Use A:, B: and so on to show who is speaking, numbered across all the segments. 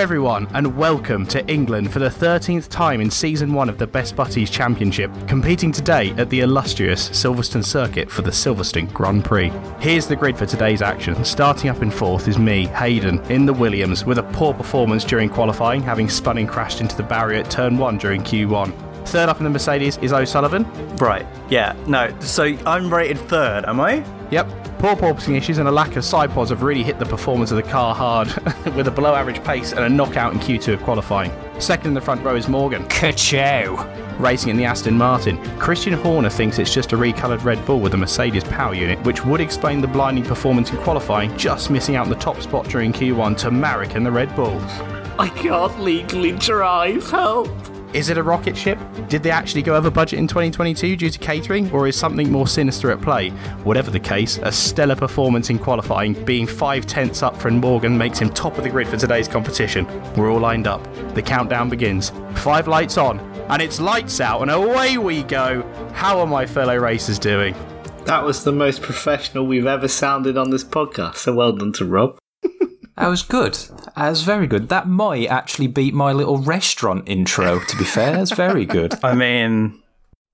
A: everyone, and welcome to England for the 13th time in Season 1 of the Best Buddies Championship, competing today at the illustrious Silverstone Circuit for the Silverstone Grand Prix. Here's the grid for today's action. Starting up in fourth is me, Hayden, in the Williams, with a poor performance during qualifying, having spun and crashed into the barrier at turn 1 during Q1. Third up in the Mercedes is O'Sullivan.
B: Right. Yeah. No. So I'm rated third, am I?
A: Yep, poor porpoising issues and a lack of side pods have really hit the performance of the car hard, with a below average pace and a knockout in Q2 of qualifying. Second in the front row is Morgan,
C: Kachow!
A: racing in the Aston Martin. Christian Horner thinks it's just a recoloured Red Bull with a Mercedes power unit, which would explain the blinding performance in qualifying, just missing out on the top spot during Q1 to Marek and the Red Bulls.
C: I can't legally drive, help!
A: Is it a rocket ship? Did they actually go over budget in 2022 due to catering, or is something more sinister at play? Whatever the case, a stellar performance in qualifying, being five tenths up from Morgan makes him top of the grid for today's competition. We're all lined up. The countdown begins. Five lights on, and it's lights out, and away we go. How are my fellow racers doing?
D: That was the most professional we've ever sounded on this podcast. So well done to Rob.
E: That was good. That was very good. That might actually beat my little restaurant intro, to be fair. That's very good.
B: I mean,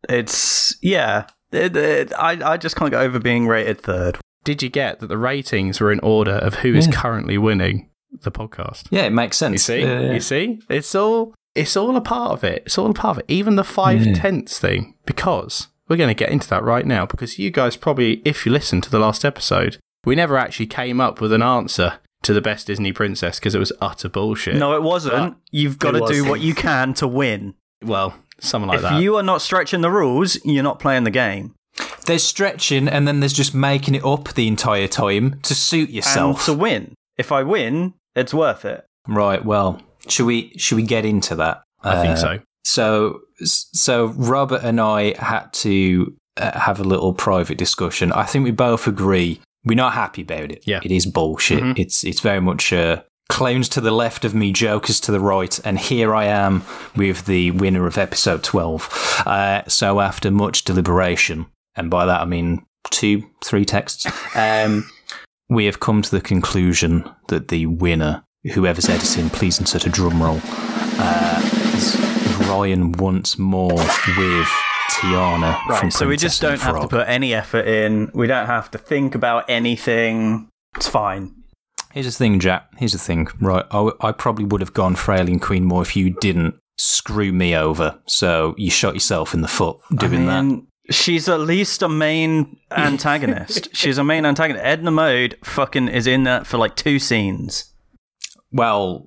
B: it's yeah. It, it, I I just can't get over being rated third.
A: Did you get that the ratings were in order of who is currently winning the podcast?
E: Yeah, it makes sense.
A: You see,
E: Yeah, yeah.
A: you see, it's all it's all a part of it. It's all a part of it. Even the five tenths thing, because we're going to get into that right now. Because you guys probably, if you listened to the last episode, we never actually came up with an answer to the best Disney princess because it was utter bullshit.
B: No, it wasn't.
A: But-
B: You've got to
D: was.
B: do what you can to win.
A: well, something like
B: if
A: that.
B: you are not stretching the rules, you're not playing the game.
E: There's stretching and then there's just making it up the entire time to suit
B: And
E: yourself.
B: to win, if I win, it's worth it.
E: right, well, should we should we get into that?
A: I
E: Uh,
A: think so.
E: So, so Robert and I had to uh, have a little private discussion. I think we both agree we're not happy about it.
A: Yeah.
E: it is bullshit.
A: Mhm.
E: It's it's very much uh, clowns to the left of me, jokers to the right, and here I am with the winner of episode twelve. Uh, so after much deliberation, and by that I mean two, three texts, um, we have come to the conclusion that the winner, whoever's editing, please insert a drum roll uh, is Ryan once more with Tiana. from
B: Right. So we just don't
E: Princess and
B: have to
E: Frog.
B: put any effort in. We don't have to think about anything. It's fine.
E: Here's the thing, Jack. Here's the thing. Right, I, I probably would have gone Frailing Queen more if you didn't screw me over. So you shot yourself in the foot doing that.
B: that. She's at least a main antagonist. she's a main antagonist. Edna Mode fucking is in that for like two scenes.
E: Well,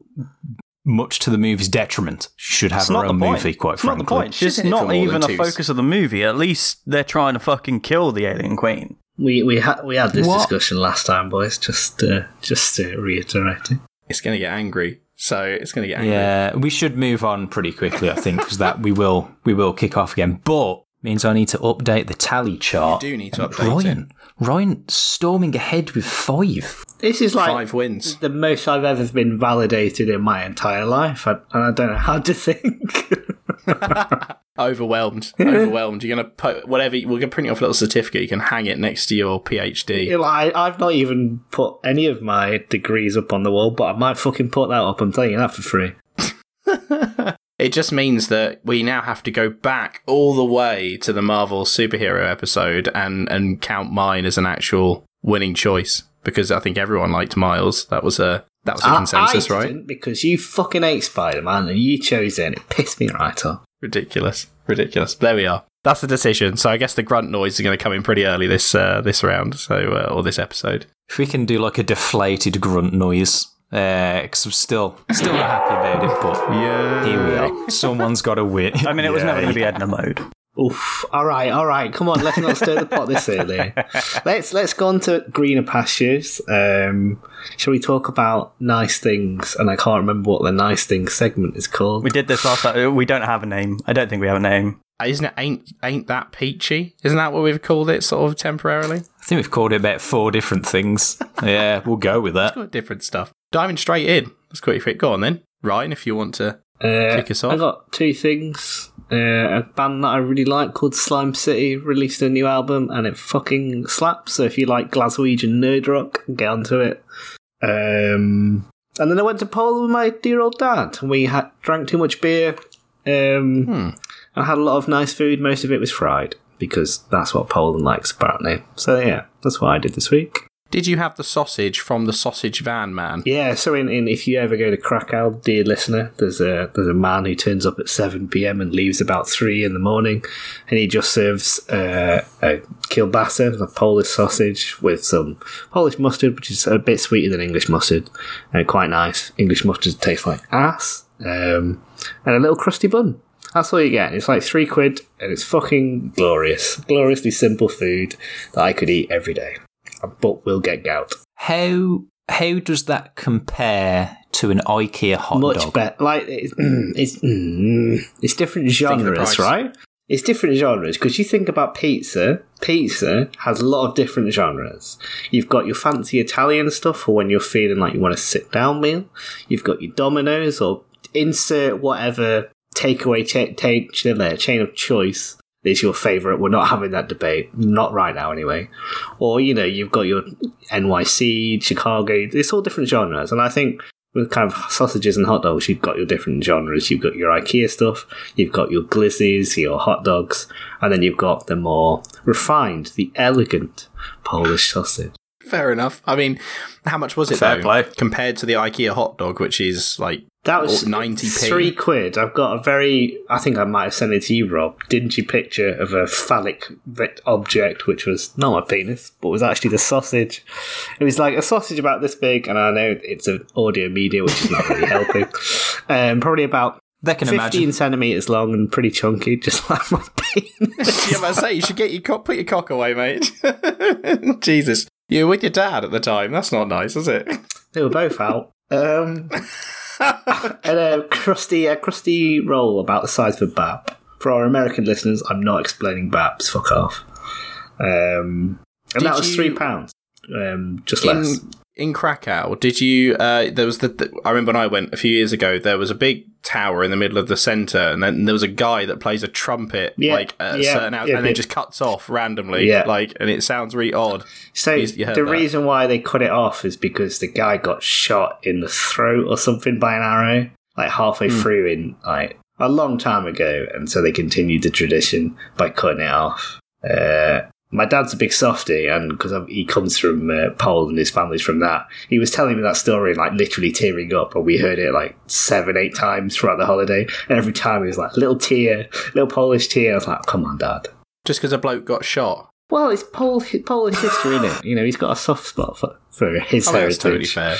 E: much to the movie's detriment. She should have
B: It's
E: her
B: not the
E: own
B: point.
E: movie, quite
B: it's
E: frankly.
B: not the point.
A: She's
B: She's
A: in it for
B: not
A: more
B: even
A: than
B: a
A: two
B: focus of the movie. At least they're trying to fucking kill the alien queen.
D: We we had we had this
E: What?
D: discussion last time, boys. Just uh, just uh, reiterating.
A: It's going to get angry. So it's going to get angry.
E: Yeah, we should move on pretty quickly, I think, because that we will we will kick off again. But means I need to update the tally chart.
A: You do need to
E: And
A: update it.
E: Ryan, Ryan storming ahead with five.
D: This is like
A: Five wins.
D: the most I've ever been validated in my entire life, I, and I don't know how to think.
A: Overwhelmed. Overwhelmed. You're going to put whatever. We're going to print you off a little certificate. You can hang it next to your PhD.
D: You know, I, I've not even put any of my degrees up on the wall, but I might fucking put that up. I'm telling you that for free.
A: It just means that we now have to go back all the way to the Marvel superhero episode and, and count mine as an actual winning choice because I think everyone liked Miles. That was a that was a
D: I-
A: consensus,
D: Ah, I
A: right?
D: didn't, Because you fucking hate Spider Man and you chose it. and It pissed me right off.
A: Ridiculous, ridiculous. There we are. That's the decision. So I guess the grunt noise is going to come in pretty early this uh, this round, so uh, or this episode.
E: If we can do like a deflated grunt noise, because I'm still still not happy about it, but
A: Yeah.
E: here we are. Someone's got to win.
B: I mean, it was never going to be Edna Mode.
D: Oof. All right, all right. Come on, let's not stir the pot this early. Let's let's go on to greener pastures. Um, shall we talk about nice things? And I can't remember what the nice things segment is called.
B: We did this last time. We don't have a name. I don't think we have a name.
A: Isn't it ain't ain't that peachy? Isn't that what we've called it sort of temporarily?
E: I think we've called it about four different things. Yeah, we'll go with that.
A: Different stuff. Diving straight in. Let's quick quick. Go on then, Ryan. If you want to
D: Uh,
A: Kick us off.
D: I got two things. Uh, a band that I really like called Slime City released a new album and it fucking slaps. So if you like Glaswegian nerd rock, get onto it. Um, And then I went to Poland with my dear old dad, and we had, drank too much beer um,
A: Hmm.
D: and had a lot of nice food. Most of it was fried because that's what Poland likes, apparently. So yeah, that's what I did this week.
A: Did you have the sausage from the sausage van man?
D: Yeah, so in, in if you ever go to Krakow, dear listener, there's a there's a man who turns up at seven p.m. and leaves about three in the morning, and he just serves uh, a kielbasa, a Polish sausage with some Polish mustard, which is a bit sweeter than English mustard, and quite nice. English mustard tastes like ass, um, and a little crusty bun. That's all you get. It's like three quid, and it's fucking glorious, gloriously simple food that I could eat every day, but will get gout.
E: How how does that compare to an IKEA hot
D: much
E: dog?
D: better. Like it's mm, it's mm, it's different genres,
A: price.
D: right? It's different genres because you think about pizza. Pizza has a lot of different genres. You've got your fancy Italian stuff for when you're feeling like you want a sit down meal. You've got your Domino's or insert whatever takeaway cha- ta- ch- uh, chain of choice is your favorite. We're not having that debate, not right now, anyway. Or you know, you've got your NYC, Chicago. It's all different genres, and I think with kind of sausages and hot dogs, you've got your different genres. You've got your IKEA stuff, you've got your glizzies, your hot dogs, and then you've got the more refined, the elegant Polish sausage.
A: Fair enough. I mean, how much was it
B: Fair
A: though
B: play.
A: compared to the IKEA hot dog, which is like
D: That was
A: Oh, 90p.
D: Three quid. I've got a very, I think I might have sent it to you, Rob, dingy picture of a phallic re- object, which was not my penis, but was actually the sausage. It was like a sausage about this big, and I know it's an audio media, which is not really helping. Um, probably about
E: They can
D: 15
E: imagine.
D: centimeters long and pretty chunky, just like my penis.
A: yeah, but I say you should get your cock, put your cock away, mate. Jesus, you were with your dad at the time. That's not nice, is it?
D: they were both out. Um, and a crusty, a crusty roll about the size of a bap. For our American listeners, I'm not explaining baps. Fuck off. Um, and
A: Did
D: that was
A: you-
D: three pounds, um, just less.
A: In, in Krakow, did you? Uh, there was the, the. I remember when I went a few years ago. There was a big tower in the middle of the centre, and then there was a guy that plays a trumpet,
D: Yeah,
A: like at a
D: yeah,
A: certain hour,
D: yeah,
A: and then
D: yeah.
A: just cuts off randomly,
D: Yeah.
A: like, and it sounds really odd.
D: So
A: You- you heard
D: the
A: that.
D: reason why they cut it off is because the guy got shot in the throat or something by an arrow, like halfway through in like a long time ago, and so they continued the tradition by cutting it off. Uh, my dad's a big softy, and because he comes from uh, Poland, his family's from that. He was telling me that story and like literally tearing up, and we heard it like seven, eight times throughout the holiday. And every time he was like, "Little tear, little Polish tear." I was like, "Come on, dad."
A: Just because a bloke got shot.
D: Well, it's Polish, Polish history, is it? You know, he's got a soft spot for, for his
A: Oh, that's
D: heritage.
A: totally fair.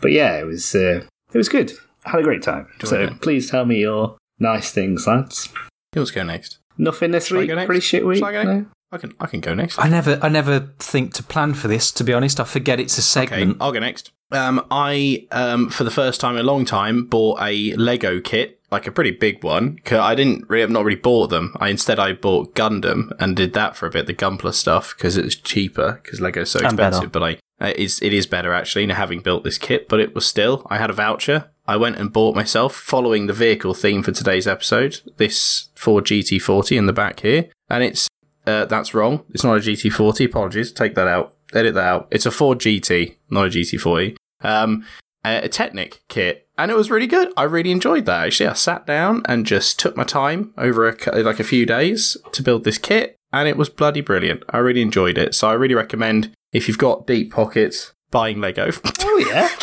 D: But yeah, it was uh, it was good. I had a great time. so
A: it.
D: please tell me your nice things, lads.
A: Who wants to go next?
D: Nothing this
A: Shall I
D: week.
A: go next?
D: Pretty shit week.
A: Shall I go
D: no?
A: next? I can. I can go next.
E: I never I never think to plan for this, to be honest. I forget it's a
A: Okay, Oh,
E: segment.
A: I'll go next. Um, I um, for the first time in a long time bought a Lego kit, like a pretty big one. 'cause I didn't really, I've not really bought them. I instead I bought Gundam and did that for a bit, the Gunpla stuff because it's cheaper because Lego's so
E: And better.
A: expensive. But like, uh, it is it is better actually now having built this kit. But it was still I had a voucher. I went and bought myself, following the vehicle theme for today's episode, this Ford GT40 in the back here, and it's uh, that's wrong. It's not a GT40. Apologies. Take that out. Edit that out. It's a Ford GT, not a GT40. Um, a, a Technic kit, and it was really good. I really enjoyed that. Actually, I sat down and just took my time over a, cou- like a few days to build this kit, and it was bloody brilliant. I really enjoyed it. So I really recommend if you've got deep pockets, buying Lego.
D: Oh yeah.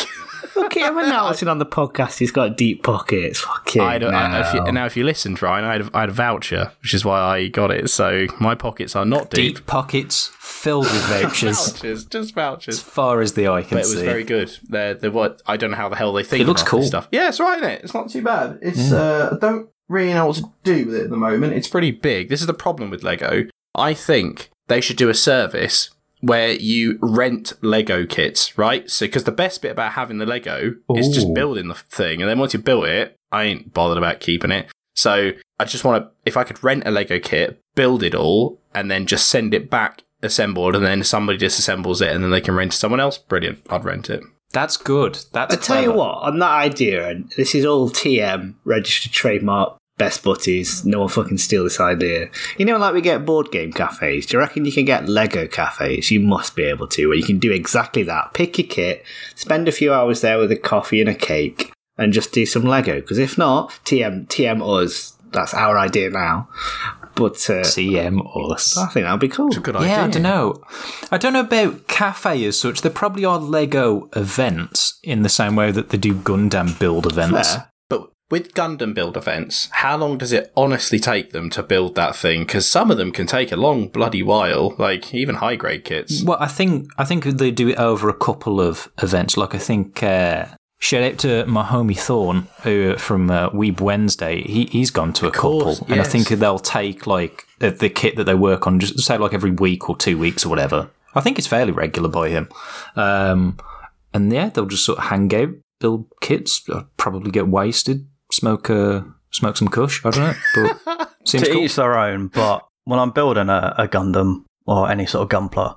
D: Look at him announcing on the podcast. He's got deep pockets. Fucking
A: I don't, I, uh, if
D: hell.
A: you, now, if you listened, Ryan, I had, a, I had a voucher, which is why I got it. So my pockets are not deep.
E: Deep pockets filled with vouchers.
A: Vouchers, just
E: as
A: vouchers.
E: far as the eye can
A: but it was
E: see.
A: very good. They're, they're what I don't know how the hell they think.
E: It looks
A: about
E: cool.
A: this stuff. Yeah, it's right. Isn't it? It's not too bad. It's uh, I don't really know what to do with it at the moment. It's pretty big. This is the problem with Lego. I think they should do a service where you rent Lego kits, right? So because the best bit about having the Lego is just
E: Ooh.
A: building the thing, and then once you built it, I ain't bothered about keeping it. So I just want to, if I could rent a Lego kit, build it all, and then just send it back assembled, and then somebody disassembles it, and then they can rent to someone else. Brilliant! I'd rent it.
E: That's good. That's
D: I tell you
E: clever.
D: what, on that idea, and this is all TM registered trademark best buddies. No one fucking steal this idea. You know, like we get board game cafes. Do you reckon you can get Lego cafes? You must be able to, where you can do exactly that. Pick your kit, spend a few hours there with a coffee and a cake, and just do some Lego. Because if not, TM TM us. That's our idea now. But uh,
E: CM us.
D: I think that'll be cool.
F: Good
E: Yeah, I
F: idea.
E: don't know. I don't know about cafe as such. There probably are Lego events in the same way that they do Gundam build events.
D: Fair.
F: But with Gundam build events, how long does it honestly take them to build that thing? Because some of them can take a long bloody while, like even high grade kits.
E: Well, I think I think they do it over a couple of events. Like I think uh, shout out to my homie Thorn who from uh, Weeb Wednesday. He he's gone to a
F: course,
E: couple, and I
F: yes.
E: think they'll take like uh, the kit that they work on, just say like every week or two weeks or whatever. I think it's fairly regular by him. Um, and yeah, they'll just sort of hang out, build kits, uh, probably get wasted, smoke uh, smoke some kush. I don't know, but seems
B: to
E: cool.
B: each their own, but when I'm building a, a Gundam or any sort of Gunpla,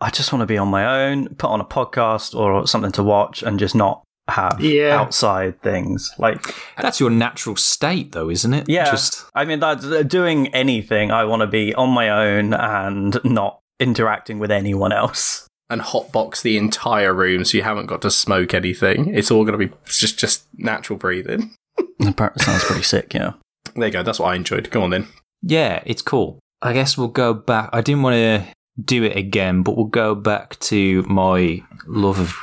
B: I just want to be on my own, put on a podcast or something to watch, and just not have
D: Yeah.
B: outside things. Like,
E: That's your natural state, though, isn't it?
B: yeah,
E: Just
B: I mean, that's uh, doing anything. I want to be on my own and not interacting with anyone else.
F: And hotbox the entire room so you haven't got to smoke anything. It's all going to be just just natural breathing.
B: That sounds pretty sick, yeah.
F: There you go. That's what I enjoyed. Go on then.
E: Yeah, it's cool. I guess we'll go back. I didn't want to do it again, but we'll go back to my love of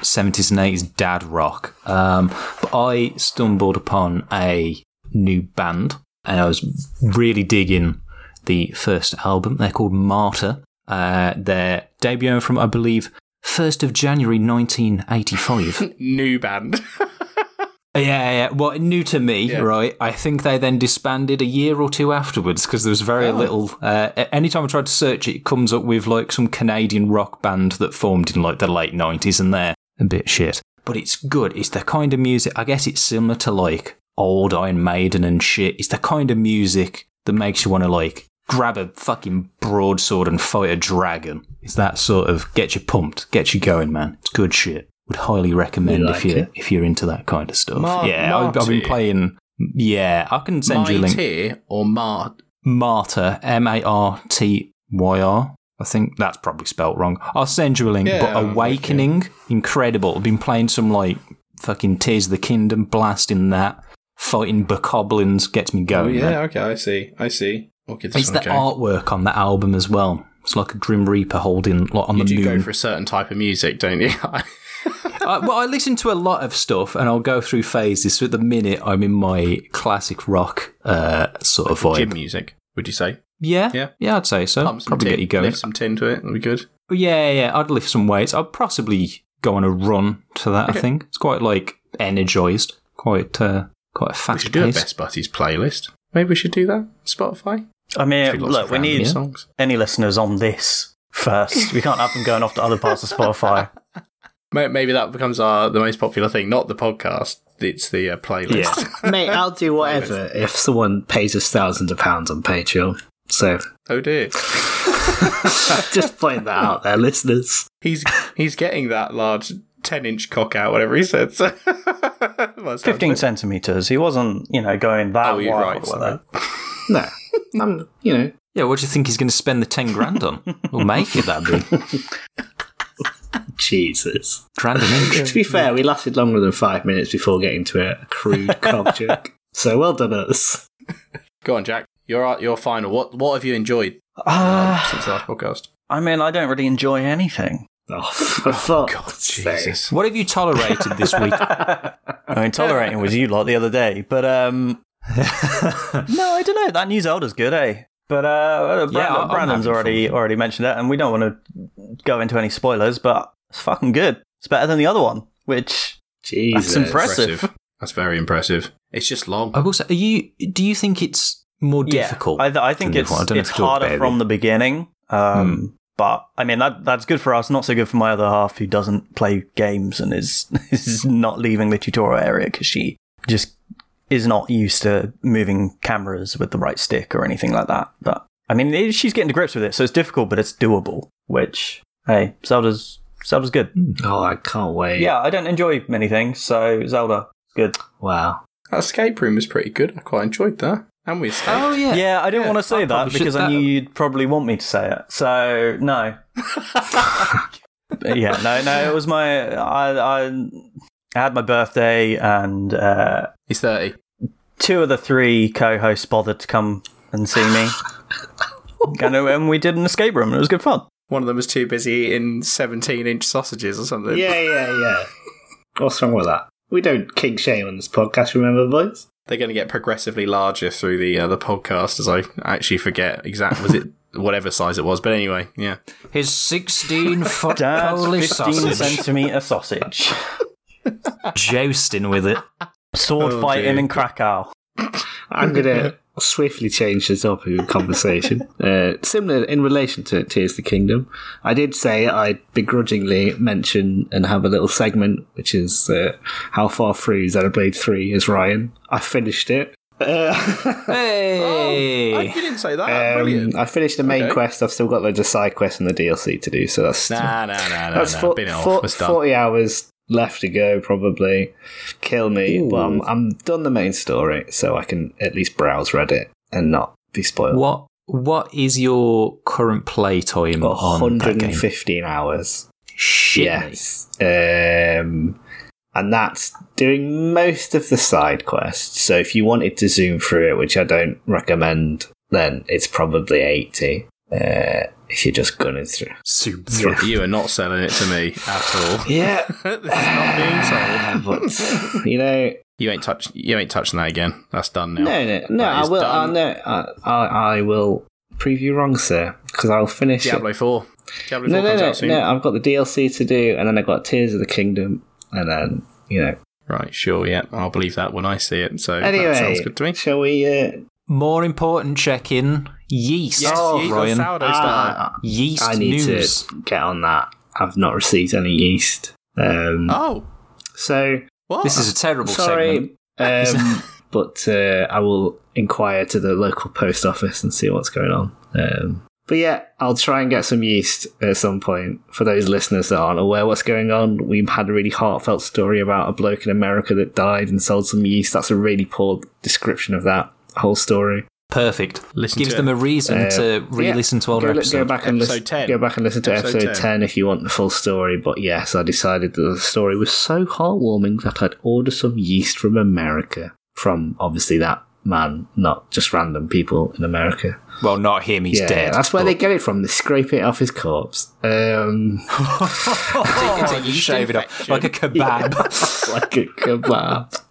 E: 70s and 80s dad rock. Um, but I stumbled upon a new band and I was really digging the first album. They're called Martyr. Uh, they're debuting from, I believe, 1st of January 1985.
F: New band.
E: Yeah, yeah. Well, new to me,
F: Yeah.
E: right? I think they then disbanded a year or two afterwards because there was very little. Uh, a- anytime I tried to search it, it comes up with like some Canadian rock band that formed in like the late 90s and they're a bit shit. But it's good. It's the kind of music, I guess it's similar to like old Iron Maiden and shit. It's the kind of music that makes you want to like grab a fucking broadsword and fight a dragon. It's that sort of get you pumped, get you going, man. It's good shit. Would highly recommend
D: like
E: if you
D: it.
E: if you're into that kind of stuff.
F: Mar-
E: yeah, I've, I've been
F: Marty.
E: playing. Yeah, I can send you a link.
F: Mighty or Mar.
E: Martyr, M A R T Y R. I think that's probably spelt wrong. I'll send you a link.
F: Yeah,
E: but
F: I'm
E: Awakening, incredible. I've been playing some like fucking Tears of the Kingdom, blasting that, fighting bokoblins, gets me going. man.
F: Oh, Okay. I see. I see. I'll give
E: it's the artwork on that album as well. It's like a Grim Reaper holding like, on
F: You
E: the
F: do
E: moon.
F: go for a certain type of music, don't you?
E: I, well, I listen to a lot of stuff, and I'll go through phases. So at the minute, I'm in my classic rock uh, sort of vibe.
F: Gym music. Would you say?
E: Yeah,
F: Yeah.
E: yeah, I'd say so.
F: Pump some
E: Probably
F: tin,
E: get you going.
F: Lift some tin to it. That'd be good.
E: Yeah, yeah, I'd lift some weights. I'd possibly go on a run to that. I think it's quite like energized, quite uh, quite a
F: We
E: fast
F: should do a
E: pace.
F: Best Buddies playlist. Maybe we should do that. Spotify.
B: I mean,
F: Should be lots
B: look,
F: of
B: we
F: random
B: need
F: songs.
B: any listeners on this first. We can't have them going off to other parts of Spotify.
F: May- Maybe that becomes our the most popular thing. Not the podcast. It's the uh, playlist.
D: Mate, I'll do whatever if someone pays us thousands of pounds on Patreon. So
F: oh dear,
D: just point that out there, listeners.
F: he's he's getting that large ten inch cock out. Whatever he said.
B: Fifteen centimeters. He wasn't, you know, going that
F: Oh,
B: wild
F: you're right.
B: with
F: sorry.
B: it.
D: No, I'm, you know,
E: Yeah, what do you think he's going to spend the ten grand on? we'll make it that big.
D: Jesus.
E: Grand an inch.
D: To be fair, we lasted longer than five minutes before getting to a crude cock joke. So well done us.
F: Go on, Jack. You're your final. What what have you enjoyed uh,
B: Ah,
F: since the last podcast?
B: I mean, I don't really enjoy anything.
D: Oh, for fuck's
F: God,
D: sake.
F: Jesus.
E: What have you tolerated this week?
B: I mean, tolerating was you lot the other day, but um, no, I don't know. That new Zelda's good, eh? But uh, Brandon,
E: Yeah, I'm
B: Brandon's
E: having
B: already already mentioned it, and we don't want to go into any spoilers. But it's fucking good. It's better than the other one, which
D: Jesus.
B: That's impressive.
F: That's very impressive. It's just long.
E: I will say, are you? Do you think it's more difficult?
B: Yeah, I, th- I think
E: than
B: it's,
E: the other one? I don't know
B: it's
E: if you talked
B: harder
E: about it. Hmm.
B: from the beginning. Um, But I mean, that that's good for us, not so good for my other half who doesn't play games and is is not leaving the tutorial area because she just is not used to moving cameras with the right stick or anything like that. But I mean, it, she's getting to grips with it, so it's difficult, but it's doable. Which hey, Zelda's Zelda's good.
D: Oh, I can't wait.
B: Yeah, I don't enjoy many things, so Zelda good.
D: Wow.
A: That escape room was pretty good. I quite enjoyed that. And we escaped.
E: Oh yeah,
B: Yeah, I didn't want to say that
E: probably should-
B: because I
E: that-
B: knew you'd probably want me to say it. So no. But yeah, no, no. It was my I I, I had my birthday, and uh,
A: He's 30.
B: two of the three co-hosts bothered to come and see me. and, uh, and we did an escape room, and it was good fun.
A: One of them was too busy eating 17 inch sausages or something.
D: Yeah, yeah, yeah. What's wrong with that? We don't kink shame on this podcast, remember, boys?
A: They're going to get progressively larger through the uh, the podcast as I actually forget exact was it whatever size it was. But anyway, yeah.
E: his sixteen foot
B: Dad's
E: Polish
B: fifteen
E: sausage
B: centimeter sausage,
E: jousting with it.
B: sword
A: Oh,
B: fighting
A: dear.
B: in Krakow.
D: I'm going to swiftly change the topic of conversation. Uh, similar in relation to Tears of the Kingdom, I did say I begrudgingly mention and have a little segment, which is uh, how far through Xenoblade 3 is Ryan. I finished it. Uh,
E: Hey,
A: Oh, you didn't say that.
D: um,
A: Brilliant.
D: I finished the main
A: Okay.
D: quest. I've still got loads of side quests and the DLC to do, so that's
A: Nah, nah, nah, nah.
D: That's
A: nah.
D: fo-
A: Bin it off.
D: fo-
A: It's done.
D: 40 hours left to go, probably. Kill me. Well, I'm, I'm done the main story, so I can at least browse Reddit and not be spoiled.
E: what what is your current play time
D: Got
E: on that game?
D: 115 hours.
E: Shit,
D: yes. Um, and that's doing most of the side quests. So if you wanted to zoom through it, which I don't recommend, then it's probably 80 uh, if you're just gunning through.
E: soup.
D: Yeah.
A: You are not selling it to me at all.
D: Yeah.
A: this is not being sold.
D: but, you know,
A: You ain't touch. You ain't touching that again. That's done now.
D: No, no, no.
A: That
D: I
A: is
D: will. I
A: done.
D: no. I, I, I will prove you wrong, sir, because I'll finish. it.
A: Diablo Four. Diablo
D: No,
A: Four
D: no,
A: comes
D: no,
A: out soon.
D: no. I've got the DLC to do, and then I've got Tears of the Kingdom, and then you know.
A: Right. Sure. Yeah. I'll believe that when I see it. So
D: Anyway,
A: that sounds good to me.
D: Shall we? Uh,
E: More important check in yeast.
A: Yes.
E: Oh,
A: yeast on
E: Ryan.
A: sourdough starter.
D: ah,
E: Yeast
D: I need
E: news.
D: to get on that. I've not received any yeast. Um,
A: Oh.
D: so
A: What?
E: This is a terrible segment.
D: Oh, sorry, um, but uh, I will inquire to the local post office and see what's going on. Um, but yeah, I'll try and get some yeast at some point. For those listeners that aren't aware what's going on, we had a really heartfelt story about a bloke in America that died and sold some yeast. That's a really poor description of that whole story.
E: Perfect.
A: Listen
E: Gives
A: to
E: them
A: it.
E: a reason
D: Uh,
E: to re-listen
D: yeah,
E: to older
D: go,
E: episodes.
D: Go back, and
A: Episode
D: listen,
A: 10.
D: go back and listen to
A: Episode 10.
D: episode, 10. if you want the full story. But yes, I decided that the story was so heartwarming that I'd order some yeast from America. From obviously that man, not just random people in America.
E: Well, not him. He's
D: yeah,
E: dead.
D: that's where
E: but-
D: they get it from. They scrape it off his corpse. Um,
E: It's a
D: Oh,
E: yeast shave it off like a kebab.
D: like a kebab.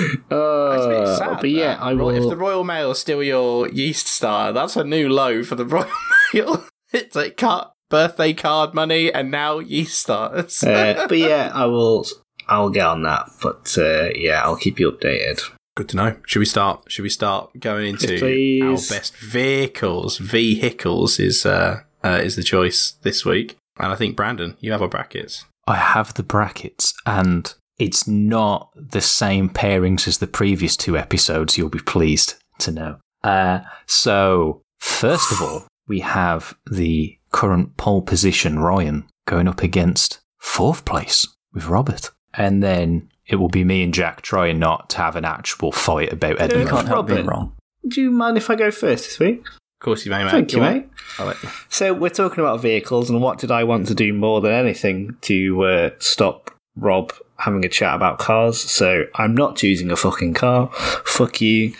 A: It's a bit
D: Uh,
A: sad,
D: but yeah,
A: that.
D: I
A: Ro-
D: will.
A: If the Royal Mail steal your yeast star, that's a new low for the Royal Mail. it's like cut birthday card money and now yeast stars.
D: uh, but yeah, I will. I'll get on that. But uh, yeah, I'll keep you updated.
A: Good to know. Should we start? Should we start going into
D: Yes, please.
A: our best vehicles? Vehicles is uh, uh is the choice this week, and I think Brandon, you have our brackets.
E: I have the brackets, and it's not the same pairings as the previous two episodes, you'll be pleased to know. Uh, so, first of all, we have the current pole position, Ryan, going up against fourth place with Robert. And then it will be me and Jack trying not to have an actual fight about
D: Dude,
E: Edinburgh.
B: Can't help being
D: Robin.
B: wrong.
D: Do you mind if I go first this week?
A: Of course, you may, mate.
D: Thank you,
A: Go on.
D: mate.
A: I'll let you.
D: So we're talking about vehicles, and what did I want to do more than anything to uh, stop Rob having a chat about cars? So I'm not choosing a fucking car. Fuck you.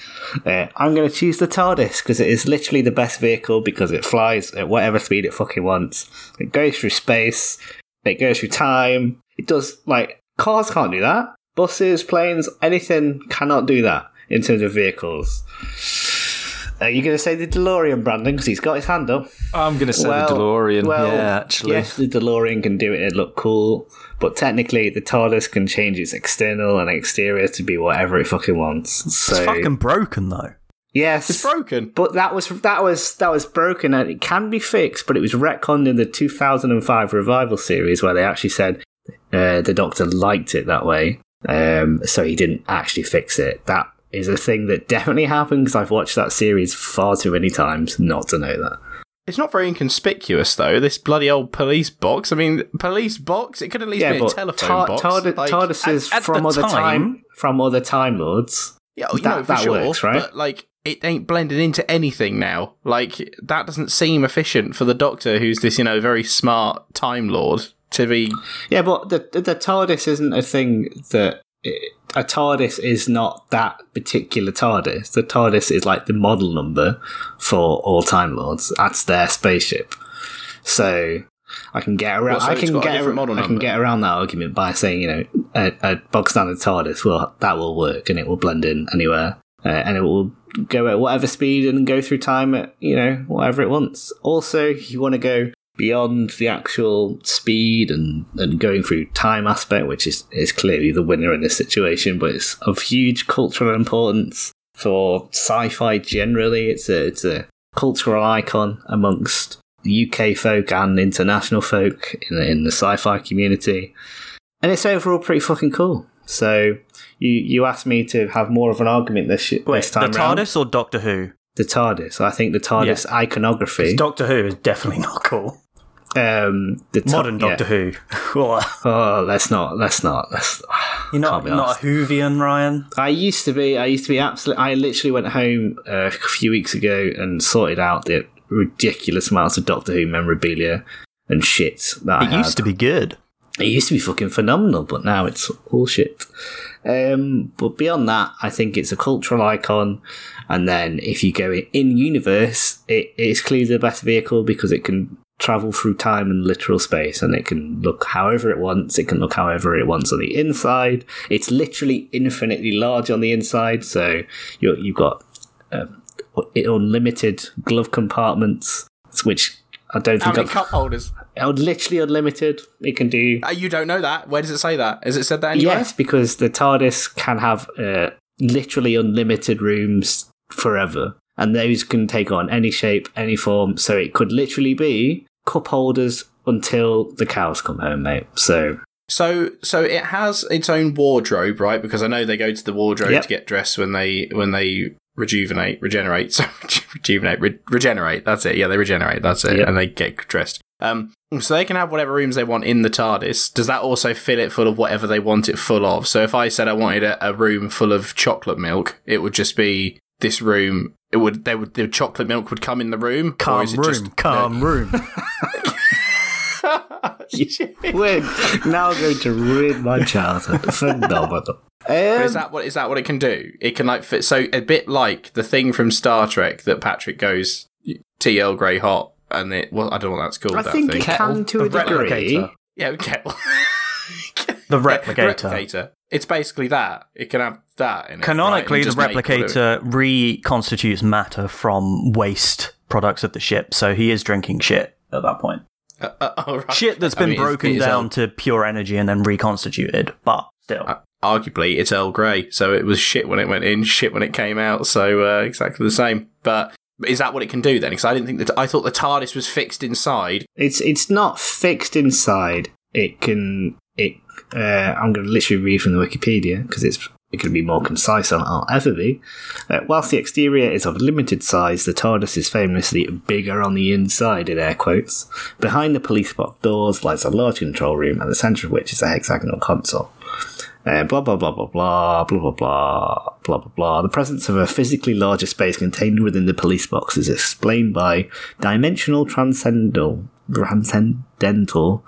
D: Uh, I'm going to choose the TARDIS because it is literally the best vehicle because it flies at whatever speed it fucking wants. It goes through space. It goes through time. It does like cars can't do that. Buses, planes, anything cannot do that in terms of vehicles. Are you going to say the DeLorean, Brandon? Because he's got his hand up.
E: I'm going to say the DeLorean. yeah, actually.
D: Yes, the DeLorean can do it, it look cool. But technically, the TARDIS can change its external and exterior to be whatever it fucking wants. So,
B: It's fucking broken though.
D: yes.
A: It's broken.
D: But that was that was that was broken and it can be fixed, but it was retconned in the 2005 revival series where they actually said uh, the Doctor liked it that way, um, so he didn't actually fix it. That is a thing that definitely happened because I've watched that series far too many times not to know that.
A: It's not very inconspicuous though. This bloody old police box. I mean, police box. It could at least
D: yeah,
A: be a
D: but
A: telephone
D: Tar-
A: box.
D: Tard-
A: like-
D: TARDIS is
B: at- at
D: from
B: the
D: other time,
B: time-
D: from other time lords.
A: yeah, you
D: that-
A: know, for
D: that
A: sure,
D: works, right?
A: But like, it ain't blended into anything now. Like that doesn't seem efficient for the Doctor, who's this you know very smart Time Lord, to be
D: Yeah, but the the TARDIS isn't a thing that a TARDIS is not that particular TARDIS. The TARDIS is like the model number for all Time Lords. That's their spaceship. So I can get around.
A: Well, so
D: I
A: it's
D: can
A: got a
D: get.
A: different
D: ar-
A: model
D: I can
A: number.
D: get around that argument by saying you know a, a bog standard TARDIS will that will work and it will blend in anywhere uh, and it will go at whatever speed and go through time at you know whatever it wants. Also, you want to go beyond the actual speed and, and going through time aspect, which is, is clearly the winner in this situation, but it's of huge cultural importance for sci-fi generally. It's a it's a cultural icon amongst UK folk and international folk in the, in the sci-fi community, and it's overall pretty fucking cool. So you you asked me to have more of an argument this sh-
B: Wait,
D: this time
B: the
D: round.
B: TARDIS or Doctor Who?
D: The TARDIS. I think the TARDIS iconography.
B: 'Cause Doctor Who is definitely not cool.
D: um, the ta-
B: Modern Doctor
D: yeah.
B: Who. Well,
D: Oh, let's not. Let's not. Let's.
B: You're not,
D: Can't be
B: not a Hoovian, Ryan.
D: I used to be. I used to be absolutely. I literally went home uh, a few weeks ago and sorted out the ridiculous amounts of Doctor Who memorabilia and shit that I
B: It used
D: had.
B: to be good.
D: It used to be fucking phenomenal, but now it's all shit. Um, but beyond that, I think it's a cultural icon. And then if you go in, in universe, it, it's clearly the best vehicle because it can travel through time and literal space and it can look however it wants. It can look however it wants on the inside. It's literally infinitely large on the inside. So you you've got um, unlimited glove compartments, which I don't
A: how
D: think
A: many
D: I've,
A: cup holders?
D: literally unlimited. It can do
A: Uh, you don't know that. Where does it say that? Has it said that anywhere?
D: Yes, because the TARDIS can have uh, literally unlimited rooms forever, and those can take on any shape, any form. So it could literally be cup holders until the cows come home, mate. So
A: So, so it has its own wardrobe, right? Because I know they go to the wardrobe
D: Yep.
A: to get dressed when they when they rejuvenate, regenerate, so rejuvenate, re- regenerate. That's it. Yeah, they regenerate. That's it,
D: Yep.
A: and they get dressed. Um, so they can have whatever rooms they want in the TARDIS. Does that also fill it full of whatever they want it full of? So if I said I wanted a, a room full of chocolate milk, it would just be this room. It would they would the chocolate milk would come in the room.
B: Calm
A: is it
B: room,
A: just-
B: calm room.
D: we're now going to ruin my childhood. Phenomenal.
A: But
D: Um,
A: is that what is that what it can do? It can like fit so a bit like the thing from Star Trek that Patrick goes T L Grey hot and it well I don't know what that's called.
D: I
A: that
D: think
A: thing.
D: it can to a
B: the
D: degree.
B: replicator.
A: yeah okay.
B: The replicator.
A: replicator. It's basically that. It can have that in it.
B: Canonically,
A: right?
B: the
A: And just make whatever-
B: replicator reconstitutes matter from waste products of the ship, so he is drinking shit at that point.
A: Uh, uh, oh, right.
B: Shit that's
A: I
B: been
A: mean, it's-
B: broken
A: it is
B: down
A: Earl-
B: to pure energy and then reconstituted, but still.
A: Uh, arguably, it's Earl Grey, so it was shit when it went in, shit when it came out. So uh, exactly the same. But is that what it can do then? Because I didn't think that I thought the TARDIS was fixed inside.
D: It's it's not fixed inside. It can it. Uh, I'm going to literally read from the Wikipedia because it's it can be more concise than I'll ever be. Uh, whilst the exterior is of limited size, the TARDIS is famously bigger on the inside. In air quotes, behind the police box doors lies a large control room, at the centre of which is a hexagonal console. Uh, blah blah blah blah blah blah blah blah blah blah blah. The presence of a physically larger space contained within the police box is explained by dimensional transcendental transcendental.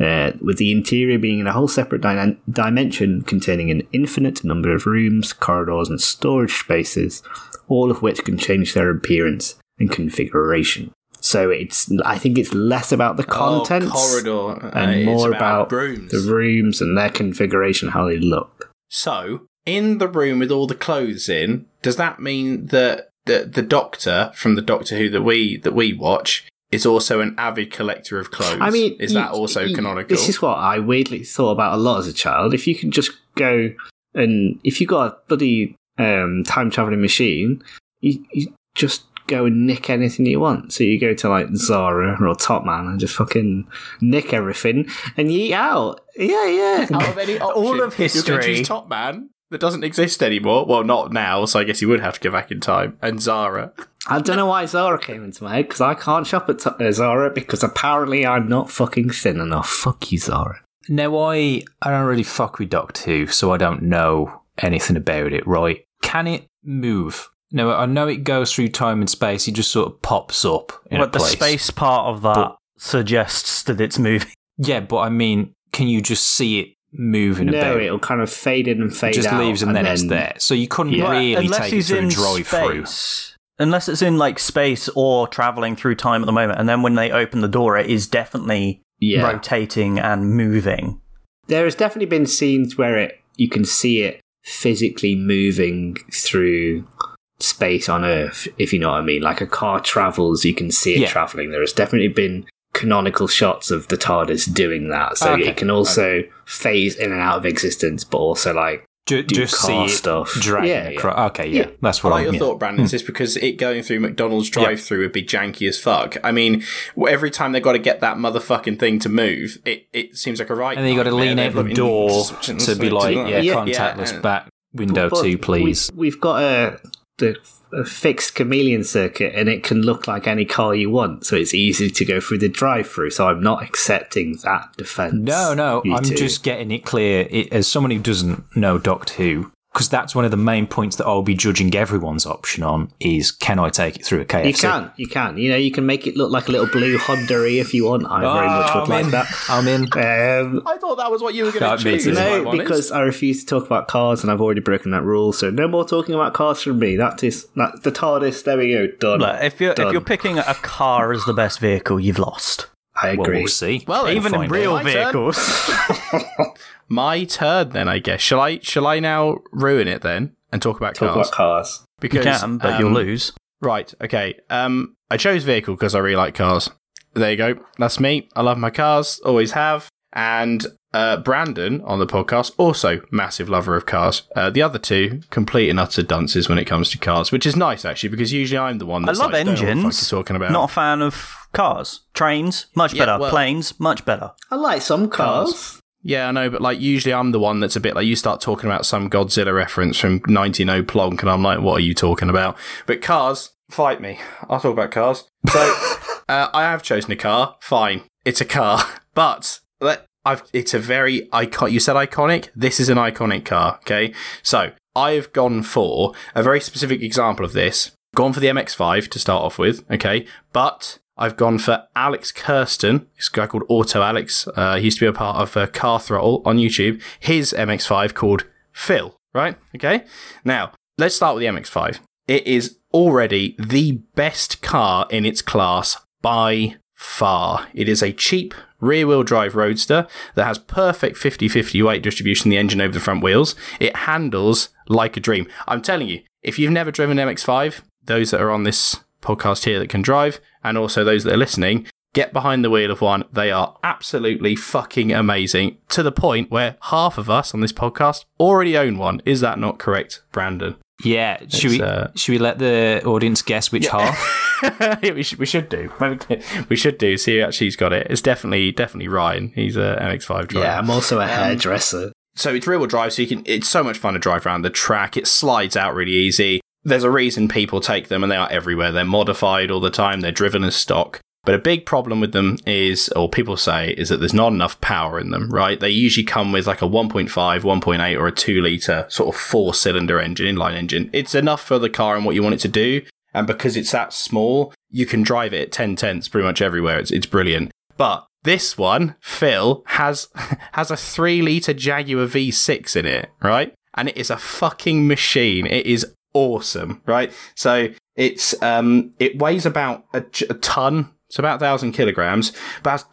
D: Uh, with the interior being in a whole separate dyna- dimension containing an infinite number of rooms, corridors, and storage spaces, all of which can change their appearance and configuration. So it's, I think it's less about the contents
A: Oh, corridor uh,
D: and
A: it's
D: more about,
A: rooms.
D: the rooms and their configuration, how they look.
A: So, in the room with all the clothes in, does that mean that the, the doctor from the Doctor Who that we that we watch is also an avid collector of clothes?
D: I mean,
A: is
D: you-
A: that also
D: you-
A: canonical?
D: This is what I weirdly thought about a lot as a child. If you can just go and if you got a bloody um, time traveling machine, you, you just go and nick anything you want. So you go to like Zara or Topman and just fucking nick everything and you eat out. Yeah, yeah.
A: Out of any option,
B: All of
A: You're going
B: history-
A: to choose Top Man that doesn't exist anymore. Well, not now, so I guess you would have to go back in time. And Zara.
D: I don't know why Zara came into my head because I can't shop at T- uh, Zara because apparently I'm not fucking thin enough. Fuck you, Zara.
E: Now I I don't really fuck with Doctor Who, so I don't know anything about it, right? Can it move? No, I know it goes through time and space. It just sort of pops up in a
B: but the
E: place.
B: space part of that
E: But-
B: suggests that it's moving.
E: Yeah, but I mean, can you just see it moving
D: no,
E: about?
D: it'll kind of fade in and fade
E: it just
D: out.
E: leaves and, then, it's there. So you couldn't
D: Yeah.
E: really
B: unless
E: take it
B: he's
E: through
B: in
E: drive through.
B: space. Unless it's in like space or traveling through time at the moment, and then when they open the door, it is definitely
D: Yeah.
B: rotating and moving.
D: There has definitely been scenes where it you can see it physically moving through space on Earth, if you know what I mean. Like a car travels, you can see it
E: Yeah.
D: traveling. There has definitely been canonical shots of the TARDIS doing that, so
E: Okay.
D: it can also phase in and out of existence, but also like
E: Ju-
D: do
E: just see
D: car
E: it
D: stuff.
E: dragging
D: Yeah, yeah.
E: across. Okay, yeah,
A: Yeah.
E: that's
A: I
E: what
A: like
E: I'm.
A: your
E: yeah.
A: thought, Brandon. It's because it going through McDonald's drive-through would be janky as fuck. I mean, w- every time they got to get that motherfucking thing to move, it, it seems like a right.
E: And then you got to
A: nightmare.
E: lean out
A: They're
E: the
A: like,
E: door to be like, yeah,
D: Yeah.
E: contactless
A: Yeah.
E: back window
D: But
E: two, Oh, please.
D: We, have got a the a fixed chameleon circuit, and it can look like any car you want, so it's easy to go through the drive-through. So I'm not accepting that defense.
E: No, no,
D: you
E: I'm
D: two.
E: just getting it clear. It, as someone who doesn't know Doctor Who, because that's one of the main points that I'll be judging everyone's option on is can I take it through a KFC?
D: You can, you can. You know, you can make it look like a little blue Honda if you want. I very much
E: Oh,
D: would like
E: I'm in.
D: that.
E: I'm in.
D: Um,
A: I thought that was what you were
E: No,
A: going
E: it
A: to
E: makes
A: choose.
E: it-
A: if I'm
D: no,
A: honest.
D: because I refuse to talk about cars, and I've already broken that rule. So no more talking about cars from me. That is that the TARDIS. There we go. Done.
B: Look, if you're
D: Done.
B: if you're picking a car as the best vehicle, you've lost.
D: I
E: Well,
D: agree.
E: we'll see.
A: Well,
E: We'll
A: even in
E: find
A: real-
E: out.
A: My turn. my turn then, I guess. Shall I? Shall I now ruin it then and talk about
D: talk
A: cars?
D: about cars.
B: You
A: Because
B: can, but you'll
A: um,
B: lose.
A: Right. Okay. Um, I chose vehicle because I really like cars. There you go. That's me. I love my cars. Always have. And uh, Brandon on the podcast also massive lover of cars. Uh, the other two complete and utter dunces when it comes to cars, which is nice actually because usually I'm the one.
B: I
A: That's
B: love
A: like, "Don't know what the fuck
B: engines.
A: you're talking about
B: Not a fan of cars, trains, much
A: Yeah,
B: better.
A: well-
B: Planes, much better.
D: I like some cars.
A: Yeah, I know, but like usually I'm the one that's a bit like you start talking about some Godzilla reference from 190 Plonk, and I'm like, what are you talking about? But cars, fight me. I'll talk about cars. So uh, I have chosen a car. Fine, it's a car, but let, I've, it's a very icon. You said iconic. This is an iconic car. Okay, so I've gone for a very specific example of this. Gone for the MX5 to start off with. Okay, but I've gone for Alex Kirsten, this guy called Auto Alex. Uh, he used to be a part of uh, Car Throttle on YouTube. His MX5 called Phil, right? Okay. Now, let's start with the MX5. It is already the best car in its class by far. It is a cheap rear wheel drive roadster that has perfect 50 50 weight distribution, of the engine over the front wheels. It handles like a dream. I'm telling you, if you've never driven an MX5, those that are on this podcast here that can drive, and also those that are listening, get behind the wheel of one. They are absolutely fucking amazing to the point where half of us on this podcast already own one. Is that not correct, Brandon?
E: Yeah, should we
A: uh,
E: should we let the audience guess which half?
A: we should we should do we should do. See, actually, he's got it. It's definitely definitely Ryan. He's a MX5 driver.
D: Yeah, I'm also a hairdresser.
A: So it's rear wheel drive, so you can. It's so much fun to drive around the track. It slides out really easy. There's a reason people take them, and they are everywhere. They're modified all the time. They're driven as stock. But a big problem with them is, or people say, is that there's not enough power in them, right? They usually come with like a 1.5, 1.8, or a 2 litre sort of four cylinder engine, inline engine. It's enough for the car and what you want it to do. And because it's that small, you can drive it at 10 tenths pretty much everywhere. It's, it's brilliant. But this one, Phil, has has a three liter Jaguar V6 in it, right? And it is a fucking machine. It is awesome, right? So it's um, it weighs about a, j- a ton. It's about thousand kilograms, but has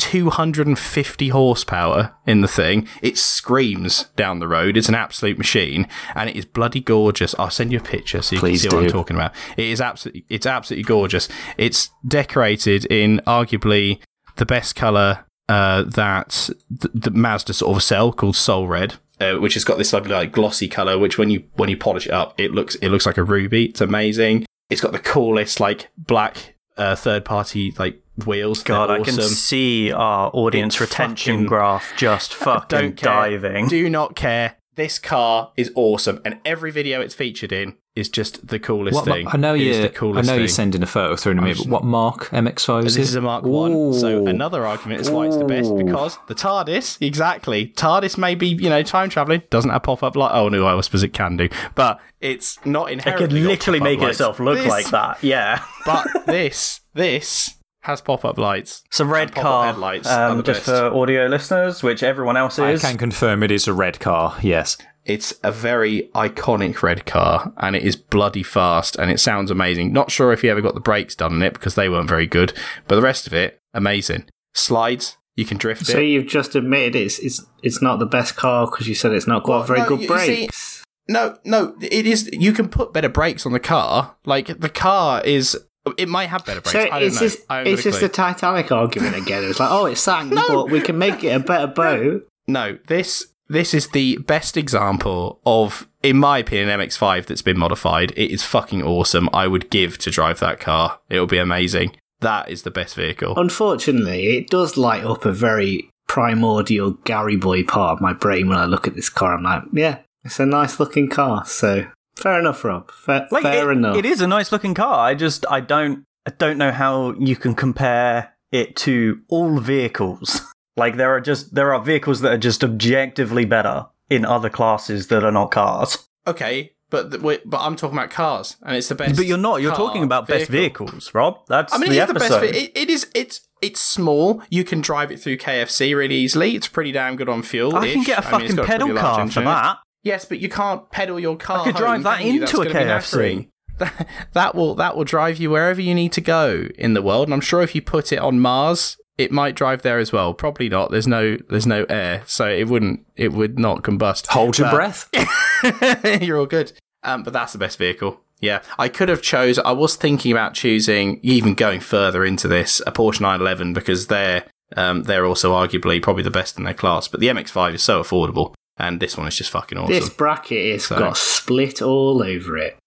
A: 250 horsepower in the thing. It screams down the road. It's an absolute machine, and it is bloody gorgeous. I'll send you a picture so you
E: Please
A: can see what I'm
E: do.
A: talking talking about. It is absolutely, it's absolutely gorgeous. It's decorated in arguably the best color uh, that the, the Mazda sort of sell called Soul Red. Uh, which has got this lovely like glossy color, which when you when you polish it up, it looks it looks like a ruby. It's amazing. It's got the coolest like black uh, third party like wheels. They're
B: God, I can
A: awesome.
B: see our audience
A: It's
B: retention
A: fucking-
B: graph just fucking
A: don't care.
B: diving.
A: Do not care. This car is awesome, and every video it's featured in is just the coolest
E: What, ma-
A: thing.
E: I know
A: It is
E: you.
A: the
E: I
A: coolest
E: know you're
A: thing.
E: sending a photo through to me, but what mark MX5 is
A: This is
E: it?
A: a Mark One. So
E: Ooh.
A: another argument is why it's the best
E: Ooh.
A: because the TARDIS, exactly. TARDIS may be you know time traveling doesn't have pop up light. Oh no, I suppose it can do, but it's not
B: It could
A: inherently. got
B: literally
A: pop-up
B: make
A: lights.
B: itself look
A: This-
B: like that. Yeah.
A: but this this has pop up lights.
B: Some red
A: pop-up
B: car
A: headlights are the
B: um, just
A: best.
B: for audio listeners, which everyone else
E: I
B: is.
E: can confirm it is a red car. Yes.
A: It's a very iconic red car, and it is bloody fast, and it sounds amazing. Not sure if you ever got the brakes done in it because they weren't very good, but the rest of it amazing. Slides, you can drift
D: So
A: it.
D: you've just admitted it's it's it's not the best car because you said it's not got
A: Well,
D: very
A: no,
D: good
A: you- you see-
D: brakes.
A: No, no, it is. You can put better brakes on the car. Like the car is, it might have better brakes.
D: So
A: I don't
D: it's
A: know.
D: just
A: I haven't
D: it's
A: got a
D: just
A: clue.
D: the Titanic argument again. It's like, oh, it sank, but we can make it a better boat.
A: no. This this is the best example of, in my opinion, MX-5 that's been modified. It is fucking awesome. I would give to drive that car. It will be amazing. That is the best vehicle.
D: Unfortunately, it does light up a very primordial Gary Boy part of my brain when I look at this car. I'm like, yeah, it's a nice looking car. So fair enough, Rob. Fair,
B: Like,
D: fair
B: it-
D: enough.
B: It is a nice looking car. I just I don't I don't know how you can compare it to all vehicles. Like there are just there are vehicles that are just objectively better in other classes that are not cars.
A: Okay, but th- wait, but I'm talking about cars, and it's the best.
B: But you're not. You're
A: car
B: talking about best vehicles, Rob. That's
A: I mean,
B: the
A: it's the
B: episode.
A: best. ve- It, it is. It's it's small. You can drive it through KFC really easily. It's pretty damn good on fuel.
B: I can get a fucking pedal car for that.
A: Yes, but you can't pedal your car.
B: I could
A: home,
B: drive that
A: can Oh, you? That's
B: into a
A: gonna be
B: KFC.
A: knackering. That, that will that will drive you wherever you need to go in the world, and I'm sure if you put it on Mars, it might drive there as well. Probably not. There's no there's no air, so it wouldn't it would not combust.
E: Hold your
A: But-
E: breath.
A: you're all good. Um, but that's the best vehicle. Yeah, I could have chose. I was thinking about choosing, even going further into this, a Porsche 911 because they're um, they're also arguably probably the best in their class. But the MX-5 is so affordable, and this one is just fucking
D: This
A: awesome.
D: bracket has
A: So-
D: got split all over it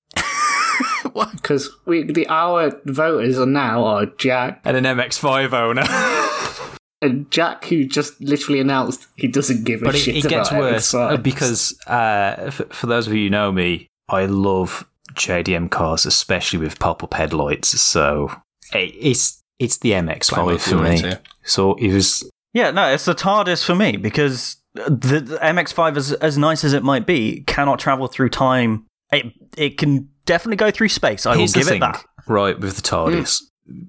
A: What?
D: because we the our voters are now are Jack
E: And an MX5 owner.
D: and Jack who just literally announced he doesn't give a
E: but it,
D: shit
E: it gets
D: about
E: worse uh,
D: MX5s.
E: because uh, for, for those of you who know me, I love JDM cars, especially with pop-up headlights. So it, it's it's the MX-5 for me. So it was
B: Yeah, no, it's the TARDIS for me because the, the MX5, as as nice as it might be, cannot travel through time. It it can definitely go through space. I
E: Here's
B: will
E: the
B: give
E: thing, Hmm.
B: it that.
E: Right, with the TARDIS.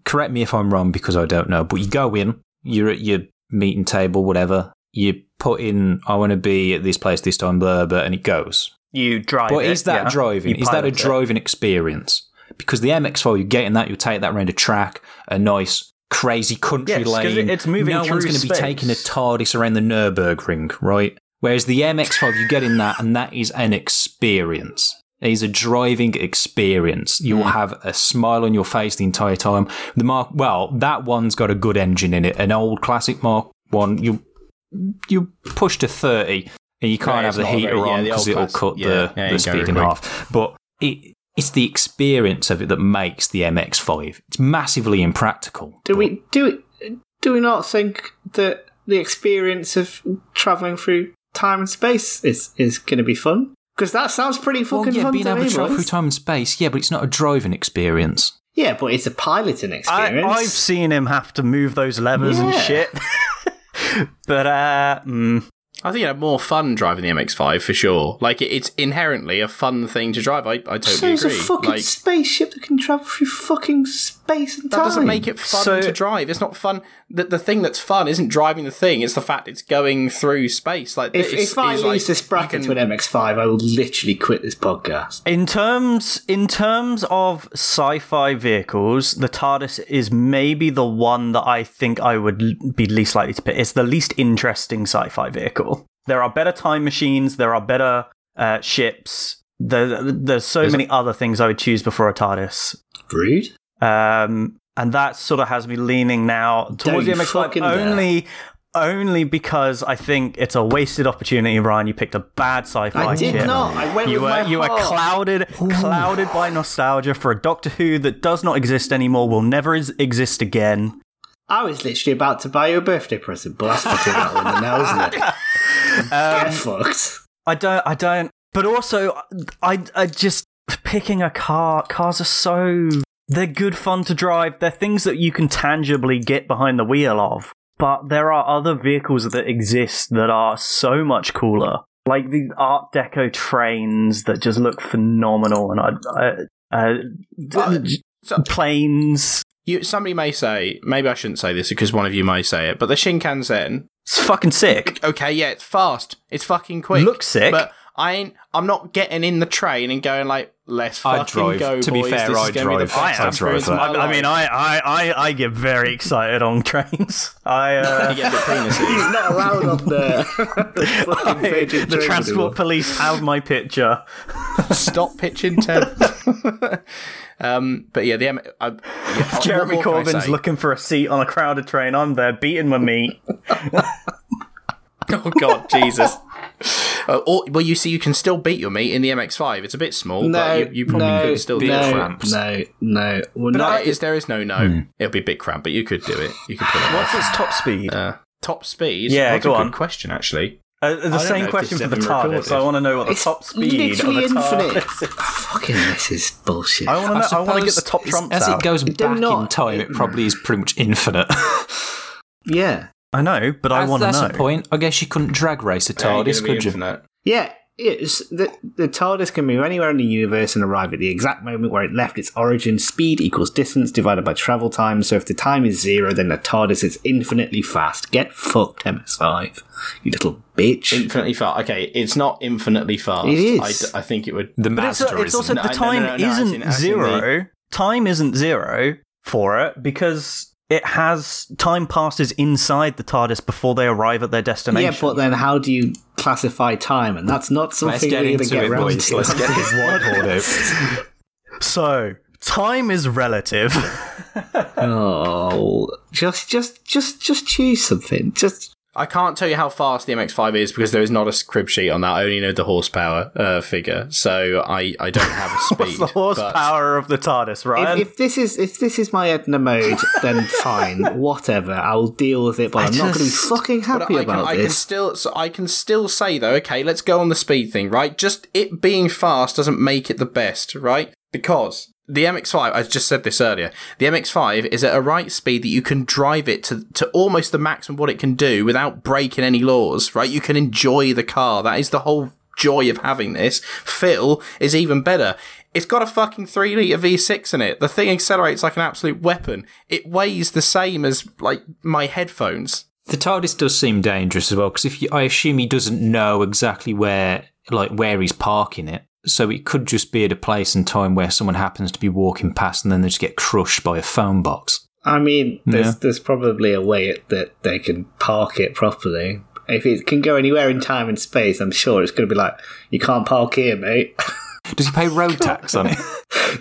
E: Correct me if I'm wrong because I don't know, but you go in, you're at your meeting table, whatever, you put in, I want to be at this place this time, blah, blah, and it goes.
B: You drive.
E: But
B: it,
E: is that
B: yeah.
E: driving?
B: You
E: Is that a
B: pilot it.
E: driving experience? Because the MX4, you're getting that, you'll take that round a track, a nice, crazy country
B: Yes, 'cause
E: lane.
B: it- it's moving
E: No one's
B: through
E: going to be
B: space.
E: taking a TARDIS around the Nürburgring, right? Whereas the MX4, you get in that, and that is an experience. It is a driving experience. You will
B: Hmm.
E: have a smile on your face the entire time. The Mark, well, that one's got a good engine in it, an old classic Mark One. You you push to thirty, and you can't
A: Yeah,
E: have
A: it's
E: the
A: not a
E: heater
A: very- yeah,
E: on
A: the old
E: because it'll
A: class-
E: cut
A: yeah,
E: the,
A: yeah,
E: the
A: you go
E: speed
A: very
E: in
A: quick.
E: half. But it, it's the experience of it that makes the MX-5. It's massively impractical.
D: Do we do we- do we not think that the experience of traveling through time and space is is going to be fun? Because that sounds pretty
E: Well,
D: fucking
E: yeah,
D: fun
E: being
D: to
E: able
D: me.
E: to travel
D: boys.
E: through time and space, yeah, but it's not a driving experience.
D: yeah, but it's a piloting
B: I,
D: experience.
B: I've seen him have to move those levers and
D: Yeah.
B: shit. but uh, mm,
A: I think I had more fun driving the MX-5 for sure. Like it, it's inherently a fun thing to drive. I, I totally
D: so it's a
A: agree.
D: fucking
A: like,
D: spaceship that can travel through fucking space and
A: that
D: time.
A: doesn't make it fun
B: So-
A: to drive. It's not fun. The, the thing that's fun isn't driving the thing. It's the fact it's going through space. Like
D: If,
A: it's-
D: if I
A: it's
D: lose
A: like
D: this
A: you
D: bracket
A: can-
D: to an MX5, I will literally quit this podcast.
B: in terms in terms of sci-fi vehicles, the TARDIS is maybe the one that I think I would l- be least likely to pick. It's the least interesting sci-fi vehicle. There are better time machines. There are better uh, ships. There, there's so
A: There's a-
B: many other things I would choose before a TARDIS.
D: Rude.
B: um, and that sort of has me leaning now towards
D: Don't
B: the
D: you
B: MX5
D: fucking dare.
B: only, only because I think it's a wasted opportunity. Ryan, you picked a bad sci-fi.
D: I did
B: ship.
D: not. I went
B: You
D: with
B: were
D: my
B: you were
D: heart.
B: clouded clouded by nostalgia for a Doctor Who that does not exist anymore, will never is- exist again.
D: I was literally about to buy you a birthday present, but that's fucking out of the now, isn't it?
B: Um,
D: Get fucked.
B: I don't I don't. But also, I I just picking a car. Cars are so they're good fun to drive. They're things that you can tangibly get behind the wheel of. But there are other vehicles that exist that are so much cooler, like these Art Deco trains that just look phenomenal, and I, I, uh,
A: so-
B: planes.
A: You, somebody may say, maybe I shouldn't say this because one of you may say it, but the Shinkansen.
B: It's fucking sick.
A: Okay, yeah, it's fast. It's fucking quick.
B: Looks sick.
A: But I ain't. I'm not getting in the train and going like, let's
E: I
A: fucking
E: drive.
A: go.
E: To be
A: boys.
E: fair,
A: this
E: I
A: is gonna be the
E: drive.
A: best
E: I drive
A: experience of
E: that.
A: my
B: I, I mean,
A: life."
B: I, I, I, I get very excited on trains. I uh,
A: yeah, but penises.
D: He's not allowed up there. the fucking Virgin
B: the
D: Train
B: transport
D: Manual.
B: police have my picture.
A: Stop pitching tent. um, but yeah, the M- I, yeah,
B: Jeremy
A: what more can I
B: Corbyn's
A: say?
B: looking for a seat on a crowded train. I'm there beating my meat.
A: Oh God, Jesus. Uh, or, well, you see, you can still beat your meat in the MX5. It's a bit small,
D: No,
A: but you, you probably
D: no,
A: could still do
D: no,
A: it.
E: cramps.
D: No, no, we're
A: But
D: not.
A: is there is no no. It'll be a bit cramped, but you could do it. You could put it.
B: What's
A: off.
B: its top speed? Uh,
A: Top speed.
B: Yeah,
A: That's
B: go
A: a good
B: on.
A: question actually.
B: Uh, the same
A: know if
B: question
A: this
B: for
A: has
B: the
A: been
B: TARDIS.
A: recorded.
B: I want to know what the
D: It's
B: top speed of
D: literally
B: the
D: infinite.
B: TARDIS is.
D: Fucking this is bullshit.
B: I want to. I want to get the
E: suppose
B: top
E: it's-
B: trumps
E: As
B: out.
E: it goes back in
D: not-
E: time, it probably is pretty much infinite.
D: yeah,
B: I know, but I
E: As-
B: want to
E: that's
B: know.
E: the point. I guess you couldn't drag race a TARDIS, could you?
D: yeah. It's, the, the TARDIS can move anywhere in the universe and arrive at the exact moment where it left its origin. Speed equals distance divided by travel time. So if the time is zero, then the TARDIS is infinitely fast. Get fucked, MS5. You little bitch.
A: Infinitely far. Okay, it's not infinitely fast.
D: It is.
A: I d- I, think it would.
E: The
B: But it's,
E: Mazda
B: it's also
E: isn't.
A: No,
B: the
A: no, no,
B: time
A: no, no, as in-
B: isn't
A: as in
B: zero. Time isn't zero for it because it has time passes inside the TARDIS before they arrive at their destination.
D: Yeah, but then how do you classify time? And that's not
E: Let's
D: something
E: get
D: we're going to
E: into
D: get
E: it,
D: round
E: boys.
D: to.
E: Let's get this whiteboard out.
B: so time is relative.
D: Oh, just, just, just, just choose something. Just
A: I can't tell you how fast the MX5 is because there is not a crib sheet on that. I only know the horsepower uh, figure, so I, I don't have a speed.
B: What's the horsepower of the TARDIS, right?
D: if, if this is if this is my Edna mode, then fine, whatever. I will deal with it, but
B: I
D: I'm not going to be
B: just-
D: fucking
A: But
D: happy
A: I can,
D: about
A: I can
D: this.
A: still, so I can still say though. Okay, let's go on the speed thing, right? Just it being fast doesn't make it the best, right? Because the MX-5, I just said this earlier. The MX-5 is at a right speed that you can drive it to to almost the maximum what it can do without breaking any laws, right? You can enjoy the car. That is the whole joy of having this. Phil is even better. It's got a fucking 3 litre V6 in it. The thing accelerates like an absolute weapon. It weighs the same as, like, my headphones.
E: The TARDIS does seem dangerous as well because if you, I assume he doesn't know exactly where, like where he's parking it, so it could just be at a place and time where someone happens to be walking past and then they just get crushed by a phone box.
D: I mean, there's
E: Yeah.
D: there's probably a way it- that they can park it properly. If it can go anywhere in time and space, I'm sure it's going to be like you can't park here, mate.
E: Does he pay road tax on it?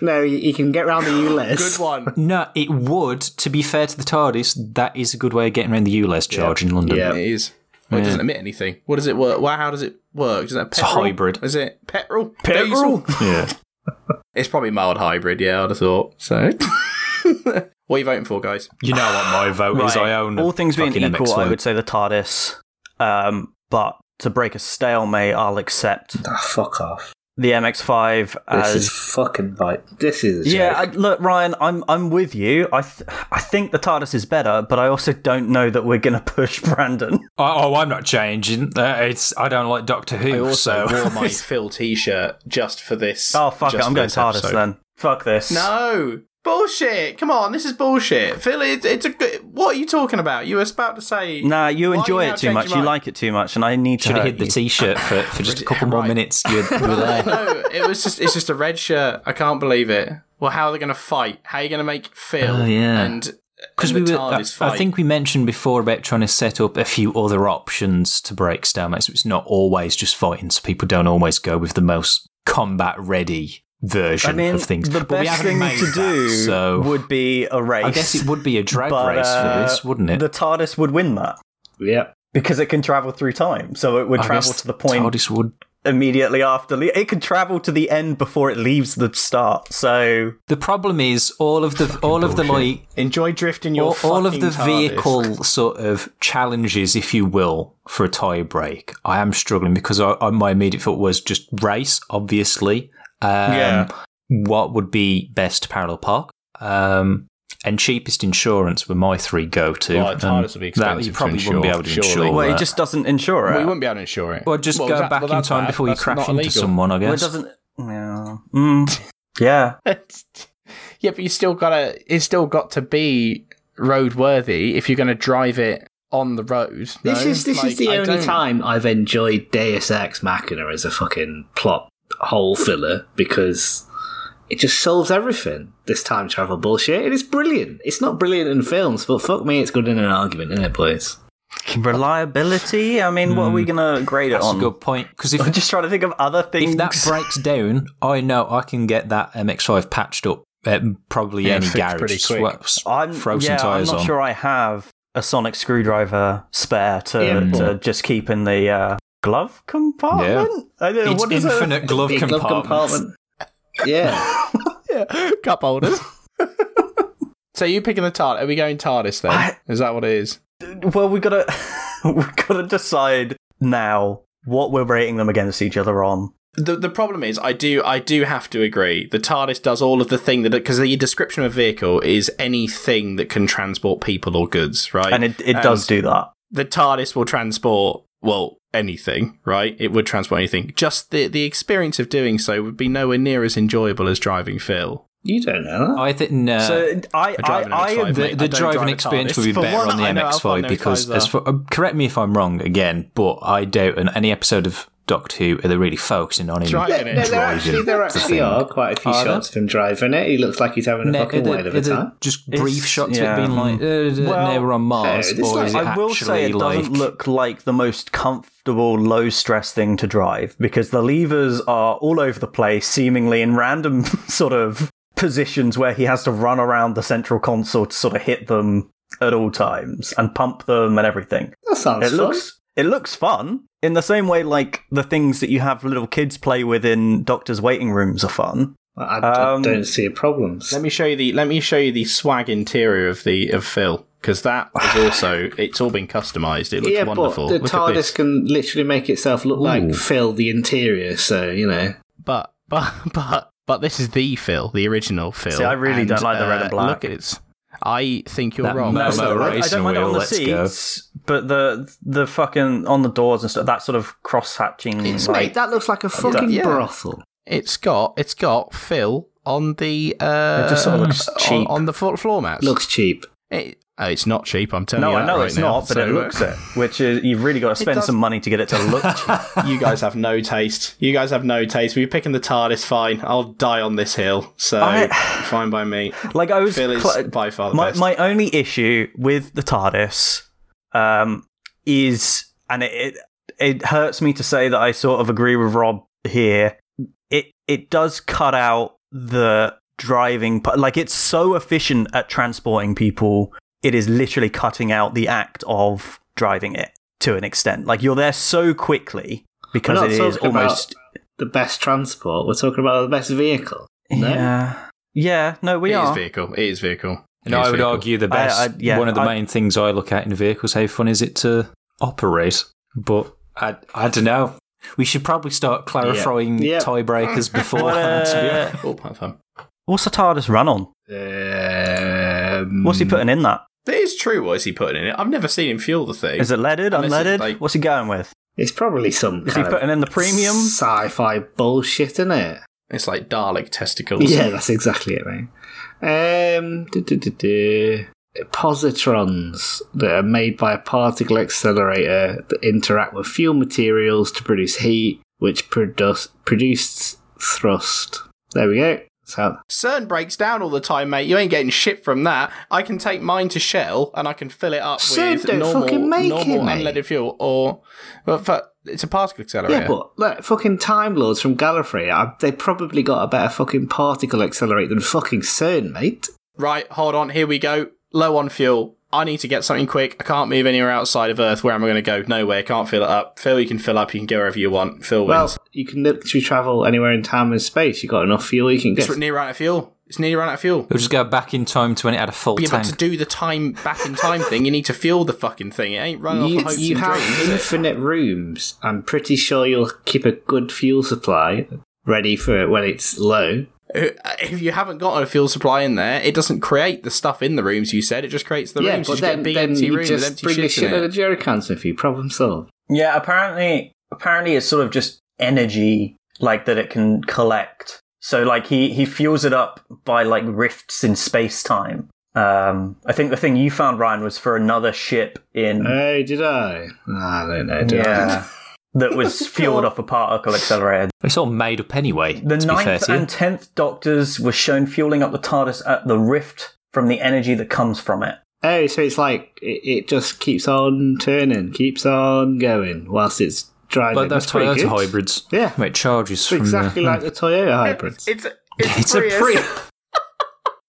D: no, you, you can get round the U-list.
A: one.
E: No, it would. To be fair to the TARDIS, that is a good way of getting around the ULEZ charge in London.
D: Yeah.
A: It is. Well, It doesn't emit anything. What does it work? Well, how does it work? Is it a petrol?
E: hybrid.
A: Is it petrol? Petrol.
E: Yeah.
A: It's probably mild hybrid. Yeah, I'd have thought. So, what are you voting for, guys?
E: You know what my vote is. I own
B: All things being
E: fucking
B: equal, I
E: MX5.
B: would say the TARDIS. Um, but to break a stalemate, I'll accept
D: Ah, fuck off.
B: the MX5
D: This
B: as
D: is fucking bite. This is a
B: Yeah,
D: joke.
B: I, look, Ryan, I'm I'm with you. I th- I think the TARDIS is better, but I also don't know that we're gonna push Brandon.
E: Oh, oh, I'm not changing. Uh, it's I don't like Doctor Who.
A: I also
E: so
A: wore my Phil T-shirt just for this.
B: Oh fuck it,
A: just
B: I'm
A: for
B: going
A: this
B: TARDIS
A: episode.
B: then. Fuck this.
A: No bullshit. Come on, this is bullshit. Phil, it, it's a good. What are you talking about? You were about to say.
B: Nah, you
A: Why
B: enjoy
A: you now
B: it too
A: change
B: much.
A: your
B: You
A: mind?
B: like it too much, and I need to
E: should have
B: hurt
E: hid the
B: you.
E: T-shirt for, for just a couple more
A: Right.
E: minutes. You were there.
A: no, it was just it's just a red shirt. I can't believe it. Well, how are they going to fight? How are you going to make Phil
B: Oh, yeah.
A: and
E: Because
A: and
E: we
A: the
E: were, I,
A: TARDIS fight?
E: I think we mentioned before about trying to set up a few other options to break stalemates. It's not always just fighting, so people don't always go with the most combat ready version
B: I mean,
E: of things.
B: the
E: But we
B: best
E: haven't
B: thing
E: made
B: to
E: that,
B: do
E: so
B: would be a race.
E: I guess it would be a drag
B: But,
E: race for
B: uh,
E: this, wouldn't it?
B: The TARDIS would win that
D: Yep.
B: because it can travel through time, so it would
E: I
B: travel
E: guess
B: to the point
E: TARDIS would.
B: immediately after. Le- it could travel to the end before it leaves the start. So
E: The problem is all of the all of the like
A: enjoy drifting your
E: all, all of
A: fucking
E: the
A: TARDIS.
E: vehicle sort of challenges, if you will, for a tie break. I am struggling because I, I, my immediate thought was just race, obviously, Um,
B: Yeah.
E: What would be best parallel park? Um, and cheapest insurance were my three go to.
F: Well, it's harder to be
E: You
F: expensive to
E: probably wouldn't be
F: insure,
E: able to
F: surely.
E: insure.
B: Well,
E: that.
B: it just doesn't insure
A: Well,
B: it.
A: you wouldn't be able to insure it.
E: Or just
A: Well,
E: go
A: that-
E: back
A: well,
E: in
A: that's
E: time
A: bad.
E: before you
A: That's
E: crash
A: not
E: into
A: illegal.
E: someone, I guess.
B: Well, it doesn't. Yeah. Mm. yeah.
A: yeah, but you still gotta. It's still got to be roadworthy if you're going to drive it on the road.
D: This
A: no?
D: is this
A: Like,
D: is the
A: I
D: only
A: don't-
D: time I've enjoyed Deus Ex Machina as a fucking plot hole filler because it just solves everything. This time travel bullshit, and it's brilliant. It's not brilliant in films, but fuck me, it's good in an argument, isn't it, boys?
B: Reliability. I mean, what are we gonna grade it
E: Hmm. That's
B: on?
E: a good point. Because if,
B: I'm just trying to think of other things.
E: if that breaks down, I know I can get that MX5 patched up at probably
A: Yeah,
E: any
A: fixed
E: garage.
A: pretty quick.
E: Swap- s-
B: I'm,
E: throw some
B: yeah,
E: tyres
B: I'm not
E: on.
B: sure I have a sonic screwdriver spare to,
D: Yeah,
B: to
D: but-
B: just keep in the uh, glove compartment. I don't know,
E: It's
B: what is it?
E: infinite glove
D: Big glove
E: compartment.
D: Yeah,
A: Yeah, cup holders. so you picking the TARDIS? Are we going TARDIS then?
B: I-
A: is that what it is?
B: Well, we gotta we gotta decide now what we're rating them against each other on.
A: the the problem is I do I do have to agree. The TARDIS does all of the thing that because the description of a vehicle is anything that can transport people or goods, right?
B: And it, it does do that.
A: the TARDIS will transport well anything, right? It would transport anything. Just the the experience of doing so would be nowhere near as enjoyable as driving Phil.
D: you don't know that.
E: I think no.
B: so I, I,
A: driving
B: I,
A: MX-5,
E: the,
A: mate.
E: the
A: I don't
E: driving
A: drive a
E: experience
A: TARDIS.
E: would be
A: For
E: better
A: one,
E: on the
A: I know how fun
E: MX5
A: those
E: because,
A: cars
E: as for, um, correct me if I'm wrong again, but I doubt in any episode of Doctor Who are they really focusing on him
A: Driving it.
D: No, there actually, there
E: the
D: actually
E: thing.
D: are quite a few
E: Are there?
D: shots of him driving it. He looks like he's having a
E: No,
D: fucking
E: are they-
D: whale of a
E: are they
D: time.
E: just
B: It's-
E: brief shots
B: yeah.
E: of it being like, uh,
B: Well,
E: they were on Mars,
D: no, it's
E: or
D: like-
E: is it
B: I will say it
E: actually like
B: doesn't look like the most comfortable, low stress thing to drive because the levers are all over the place, seemingly in random sort of positions where he has to run around the central console to sort of hit them at all times and pump them and everything.
D: That sounds
B: it
D: fun.
B: looks it looks fun in the same way like the things that you have little kids play with in doctors' waiting rooms are fun.
D: I, I
B: um,
D: don't see a problem.
A: Let me show you the let me show you the swag interior of the of Phil because that is also it's all been customized. It looks
D: yeah,
A: wonderful.
D: but the
A: Look at this.
D: TARDIS can literally make itself look like fill the interior. So you know.
A: But but but but this is the Phil, the original Phil. uh,
B: See, I really don't like the red and black.
A: Look at it. I think you're
E: That
A: wrong.
E: Momo
B: I- I,
E: racing
B: don't mind it
E: wheel,
B: on the
E: let's go.
B: seats, but the the fucking on the doors and stuff. That sort of cross hatching.
A: It's
B: like,
D: Mate, that looks like a fucking
A: Yeah.
D: brothel.
A: It's got it's got Phil on the uh,
B: It just sort of looks
A: on-
B: cheap.
A: on, the floor, floor mats.
D: Looks cheap.
A: it, oh, it's not cheap. I'm telling
B: no,
A: you.
B: I
A: that
B: know
A: right
B: it's
A: now.
B: not, but
A: So, uh,
B: it looks it. Which is you've really got to spend
A: does-
B: some money to get it to look. cheap.
A: you guys have no taste. You guys have no taste. We're picking the TARDIS. Fine, I'll die on this hill. So
B: I-
A: fine by me.
B: like I was
A: Phil is
B: cl-
A: by far the
B: my
A: best.
B: my only issue with the TARDIS um, is, and it, it it hurts me to say that I sort of agree with Rob here. It it does cut out the driving, part. like it's so efficient at transporting people. It is literally cutting out the act of driving it to an extent. Like you're there so quickly because
D: not
B: it is
D: talking about-
B: almost
D: The best transport. We're talking about the best vehicle. No?
B: yeah yeah no we
A: It is
B: are
A: vehicle. It is vehicle. It
E: No,
A: is
E: I would
A: vehicle.
E: argue the
B: I- I-
E: best.
B: yeah,
E: one of the
B: I-
E: main things I look at in vehicles, how fun is it to operate? But I, I don't know. We should probably start clarifying
D: Yeah.
E: tiebreakers beforehand. to be honest.
A: Oh, have fun.
B: uh, what's the TARDIS run on?
D: Um,
B: What's he putting in that?
A: That is true. What is he putting in it? I've never seen him fuel the thing.
B: Is it leaded,
A: Unless
B: unleaded?
A: it's like-
B: What's he going with?
D: It's probably some
B: Is he
D: kind
B: putting
D: of
B: in the premium?
D: sci-fi bullshit, isn't it?
A: It's like Dalek testicles.
D: Yeah, that's exactly it, mate. Um, duh, duh, duh, duh. positrons that are made by a particle accelerator that interact with fuel materials to produce heat, which produce produces thrust. There we go. So
A: CERN breaks down all the time, mate. You ain't getting shit from that. I can take mine to Shell and I can fill it up
D: CERN
A: with
D: don't
A: normal,
D: fucking make
A: normal
D: it, mate.
A: unleaded fuel or. Well, fu- it's a particle accelerator.
D: Yeah, but like fucking Time Lords from Gallifrey, I, they probably got a better fucking particle accelerator than fucking CERN, mate.
A: Right, hold on. Here we go. Low on fuel. I need to get something quick. I can't move anywhere outside of Earth. Where am I going to go? Nowhere. Can't fill it up. Phil, you can fill up. You can go wherever you want. Phil
D: Well,
A: wins.
D: you can literally travel anywhere in time and space. You got enough fuel, you can get.
A: It's near run out of fuel. It's nearly run out of fuel.
E: We'll just go back in time to when it had a full
A: Yeah, but
E: tank.
A: to do the time back in time thing, you need to fuel the fucking thing. It ain't run
D: You,
A: off hopes
D: you
A: and
D: have
A: dreams. is it?
D: infinite rooms. I'm pretty sure you'll keep a good fuel supply ready for when it's low.
A: Uh, If you haven't got a fuel supply in there, it doesn't create the stuff in the rooms you said. It just creates the
D: yeah,
A: rooms.
D: but
A: you
D: then,
A: just get big
D: then
A: empty
D: you
A: rooms with
D: just
A: empty
D: bring a
A: shit in
D: shitload
A: it.
D: of jerry cans with you. Problem solved.
B: Yeah, apparently, apparently it's sort of just energy like that it can collect. So like he he fuels it up by like rifts in space time. Um, I think the thing you found Ryan was for another ship in
D: Hey, did I? I don't know. Did
B: yeah that was fueled off a particle accelerator.
E: It's all made up anyway.
B: The
E: to be fair
B: ninth
E: to you.
B: and tenth Doctors were shown fueling up the TARDIS at the rift from the energy that comes from it.
D: I? Oh, so it's like it, it just keeps on turning, keeps on going whilst it's driving.
E: like those
D: That's pretty
E: Toyota
D: good.
E: hybrids.
D: Yeah.
E: where it charges
D: It's
E: from
D: exactly
E: the,
D: like the Toyota hybrids.
A: It's a,
E: It's a Prius.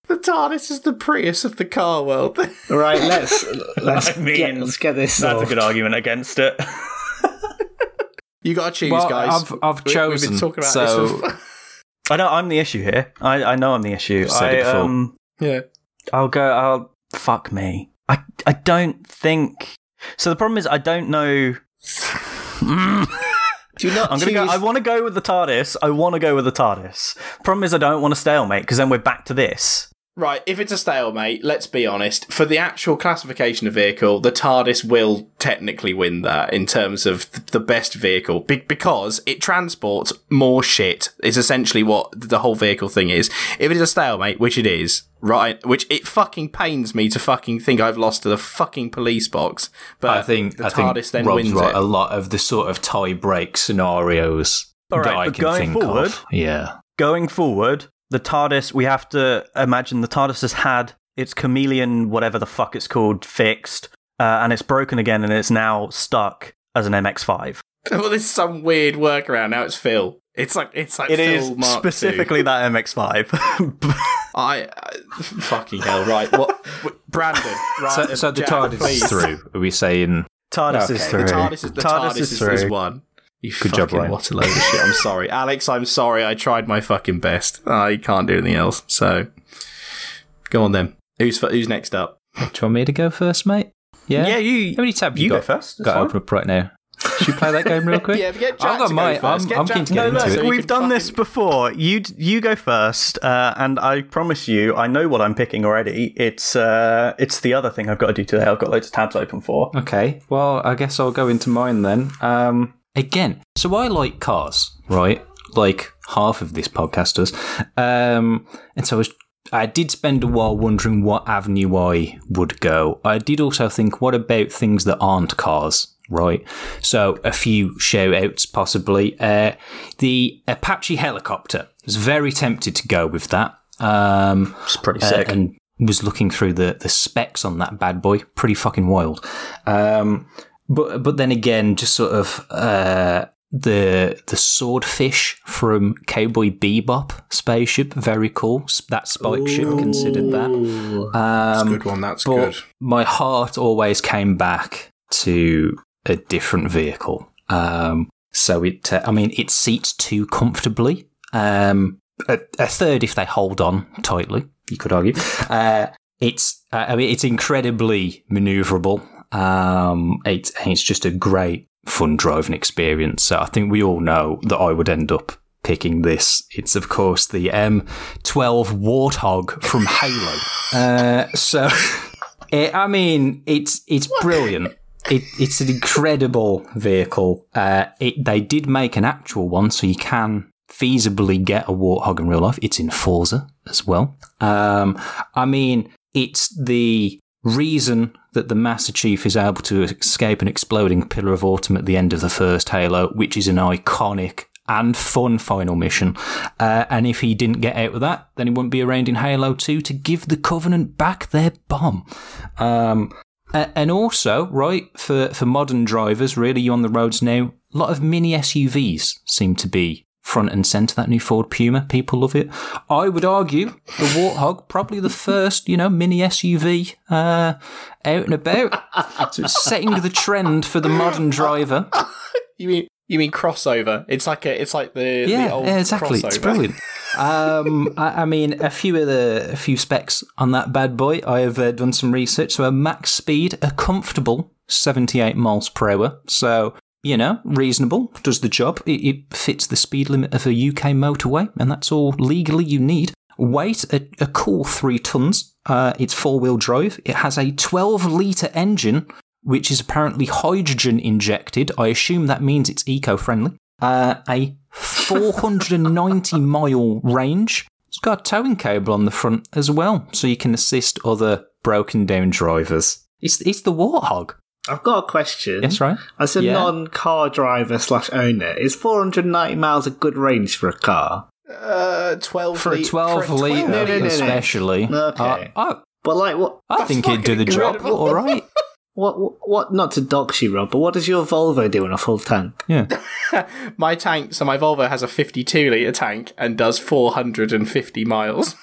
A: the TARDIS is the Prius of the car world.
D: right, let's let's,
B: I mean,
D: get, let's get this.
B: That's a
D: solved.
B: good argument against it.
A: you got to choose,
E: Well,
A: guys.
E: I've- I've
A: We- We've
E: chosen,
A: been talking about
E: so-
A: this. for-
B: I know I'm the issue here. I, I know I'm the issue.
E: You've said it
B: I,
E: before.
B: um,
A: yeah.
B: I'll go. I'll fuck me. I I don't think. So the problem is I don't know. Mm.
D: Do you not
B: I'm gonna go.
D: choose-
B: I want to go with the TARDIS. I want to go with the TARDIS. Problem is I don't want to stalemate because then we're back to this.
A: Right, if it's a stalemate, let's be honest. For the actual classification of vehicle, the TARDIS will technically win that in terms of th- the best vehicle be- because it transports more shit. Is essentially what th- the whole vehicle thing is. If it's a stalemate, which it is, right? Which it fucking pains me to fucking think I've lost to the fucking police box. But
E: I think
A: the
E: I think
A: TARDIS then
E: Rob's
A: wins
E: right.
A: it.
E: A lot of the sort of tie break scenarios
B: All
E: that
B: right,
E: I
B: but
E: can
B: going
E: think
B: forward-
E: of. Yeah,
B: Going forward, the TARDIS. We have to imagine the TARDIS has had its chameleon, whatever the fuck it's called, fixed, uh, and it's broken again, and it's now stuck as an MX5.
A: well, there's some weird workaround. Now it's Phil. It's like it's like
B: It
A: Phil
B: is
A: Mark II.
B: specifically that MX5.
A: I, I fucking hell. Right, what Brandon? Right,
E: so, so the
A: Jack,
E: TARDIS
A: please.
E: is through. Are we saying
B: TARDIS
E: Okay.
B: is
E: The
B: through.
A: The TARDIS is the TARDIS, is, is one. You
E: Good job,
A: fucking
E: Ryan.
A: what a load of shit. I'm sorry, Alex. I'm sorry. I tried my fucking best. I can't do anything else. So, go on then. Who's fu- who's next up?
E: do you want me to go first, mate? Yeah.
B: Yeah, you.
E: How many tabs you,
B: you go
E: got?
B: first, that's
E: Got to
B: fine.
E: open up right now. Should we play that game real quick?
A: but get
E: I've got mine. I'm- I'm keen to get into it.
A: you
B: We've
A: can
B: done this
A: fucking-
B: before. You d- you go first, uh, and I promise you, I know what I'm picking already. It's uh, it's the other thing I've got to do today. I've got loads of tabs open for.
E: Okay, well, I guess I'll go into mine then. Um, again, so I like cars, right? Like half of this podcast does. Um, and so I, was, I did spend a while wondering what avenue I would go. I did also think, what about things that aren't cars, right? So a few shout outs possibly. Uh, the Apache helicopter. I was very tempted to go with that. Um,
B: It's pretty
E: uh,
B: sick.
E: and was looking through the the specs on that bad boy. Pretty fucking wild. Um, but but then again, just sort of uh, the the swordfish from Cowboy Bebop spaceship, very cool. S- That spike ship considered that. Um,
A: Good one. That's
E: but
A: good.
E: my heart always came back to a different vehicle. Um, so it, uh, I mean, it seats two comfortably. Um, a, a third if they hold on tightly. You could argue. Uh, it's, uh, I mean, it's incredibly maneuverable. Um, it, and it's just a great fun driving experience. So I think we all know that I would end up picking this. It's of course the M12 Warthog from Halo. Uh, so, it, Eh, I mean, it's it's brilliant. It, it's an incredible vehicle. Uh, it, they did make an actual one, so you can feasibly get a warthog in real life. It's in Forza as well. Um, I mean, it's the reason that the Master Chief is able to escape an exploding pillar of autumn at the end of the first Halo, which is an iconic and fun final mission. Uh, and if he didn't get out with that, then he wouldn't be around in Halo 2 to give the Covenant back their bomb. Um, a- and also, right, for, for modern drivers, really, you on the roads now, a lot of mini SUVs seem to be front and centre, that new Ford Puma. People love it. I would argue the Warthog, probably the first, you know, mini SUV uh, out and about. So it's setting the trend for the modern driver.
A: You mean you mean crossover? It's like a, it's like the
E: yeah,
A: the old
E: yeah, exactly. It's
A: crossover.
E: brilliant. um, I, I mean, a few of the a few specs on that bad boy. I have uh, done some research. So a max speed, a comfortable seventy-eight miles per hour. So you know, reasonable, does the job. It, it fits the speed limit of a UK motorway, and that's all legally you need. Weight, a, a cool three tons. Uh, it's four wheel drive. It has a 12 litre engine, which is apparently hydrogen injected. I assume that means it's eco friendly. Uh, a 490 mile range. It's got a towing cable on the front as well, so you can assist other broken down drivers. It's, it's the Warthog.
D: I've got a question.
E: Yes, right.
D: As a
E: Yeah.
D: non-car driver slash owner, is 490 miles a good range for a car?
A: Uh, 12
E: for a 12 litre,
D: No, no, no, no.
E: especially. Uh,
D: Okay.
E: I, I,
D: But like, what,
E: I
A: That's
E: think it'd do the
A: fucking
E: job
A: incredible.
E: all right.
D: what, what, what? Not to dox you, Rob, but what does your Volvo do in a full tank?
E: Yeah.
A: My tank, so my Volvo has a 52 litre tank and does 450 miles.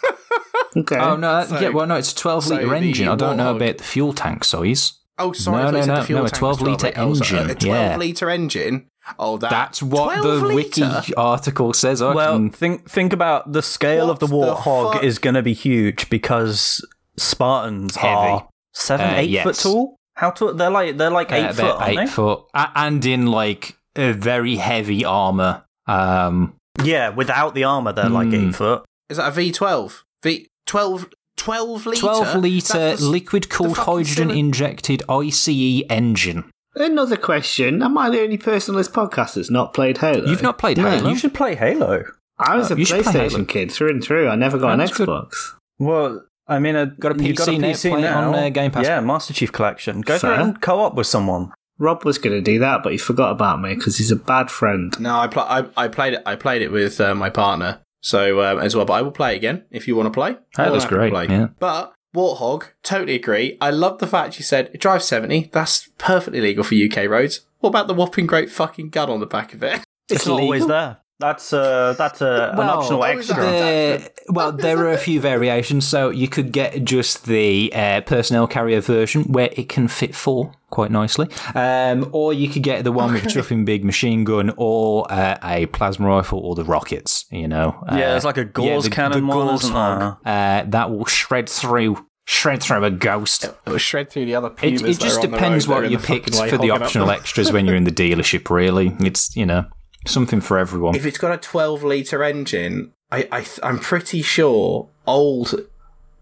D: Okay.
E: Oh, no. that-
A: So-
E: yeah, well, no, it's a 12
A: so
E: litre
A: the
E: engine. I don't know
A: Warthog-
E: about the fuel tank size.
A: oh, sorry,
E: No,
A: I thought you
E: no,
A: said
E: no,
A: the fuel
E: no, a
A: tank was
E: 12 litre
A: I was like,
E: engine,
A: A 12
E: yeah.
A: litre engine? Oh, that,
E: That's what the
A: 12
E: wiki
A: litre?
E: article says. I
B: Well,
E: can-
B: think think about the scale of the
A: What the
B: warthog
A: fuck?
B: is going to be huge because Spartans
E: Heavy.
B: are seven,
E: Uh,
B: eight
E: yes.
B: foot tall. How tall? They're like they're like eight
E: uh,
B: foot,
E: they're
B: aren't
E: eight foot. A- And in, like, a very heavy armour. Um,
B: they? Yeah, without the armor, they're like
E: Hmm.
B: eight foot.
A: Is that a V12? V 12 12 litre?
E: 12 litre
A: That's the-
E: liquid cooled
A: fucking
E: hydrogen
A: cylind-
E: injected ICE engine.
D: Another question. Am I the only person on this podcast that's not played Halo?
E: You've not played
D: No,
E: Halo?
B: You should play Halo.
D: I was
E: Oh,
D: a
E: you should play Halo.
D: PlayStation kid through and through. I never got
E: That's
D: an
E: good.
D: Xbox.
B: Well, I mean, I, got
E: a PC now, play it on, uh, Game Pass.
B: Yeah, Master Chief Collection. Go for
D: Fair.
B: it and co-op with someone.
D: Rob was going to do that, but he forgot about me because he's a bad friend.
A: No, I, pl- I I played it. I played it with uh, my partner, so um, as well. But I will play again if you want to play.
E: Oh,
A: We'll
E: that's
A: have to
E: great,
A: play.
E: yeah.
A: But Warthog, totally agree. I love the fact you said it drives seventy. That's perfectly legal for UK roads. What about the whopping great fucking gun on the back of it?
B: It's, not always there. That's uh, that's uh, an optional
A: always
B: extra.
A: there.
E: The- well, there are a few variations. So you could get just the uh, personnel carrier version where it can fit four quite nicely, um, or you could get the one with a chuffing big machine gun or uh, a plasma rifle or the rockets. You know,
B: Yeah, there's like a Gauss cannon one, isn't there?
E: uh, that will shred through, shred through a ghost.
A: It will shred through the other
E: It,
A: pumas.
E: it
A: that are
E: just
A: on the
E: depends
A: road. They're
E: what
A: in
E: you
A: the
E: picked
A: fucking way
E: for the
A: hogging up
E: optional
A: them.
E: extras when you're in the dealership. Really, it's you know something for everyone.
A: If it's got a twelve liter engine, I, I th- I'm pretty sure old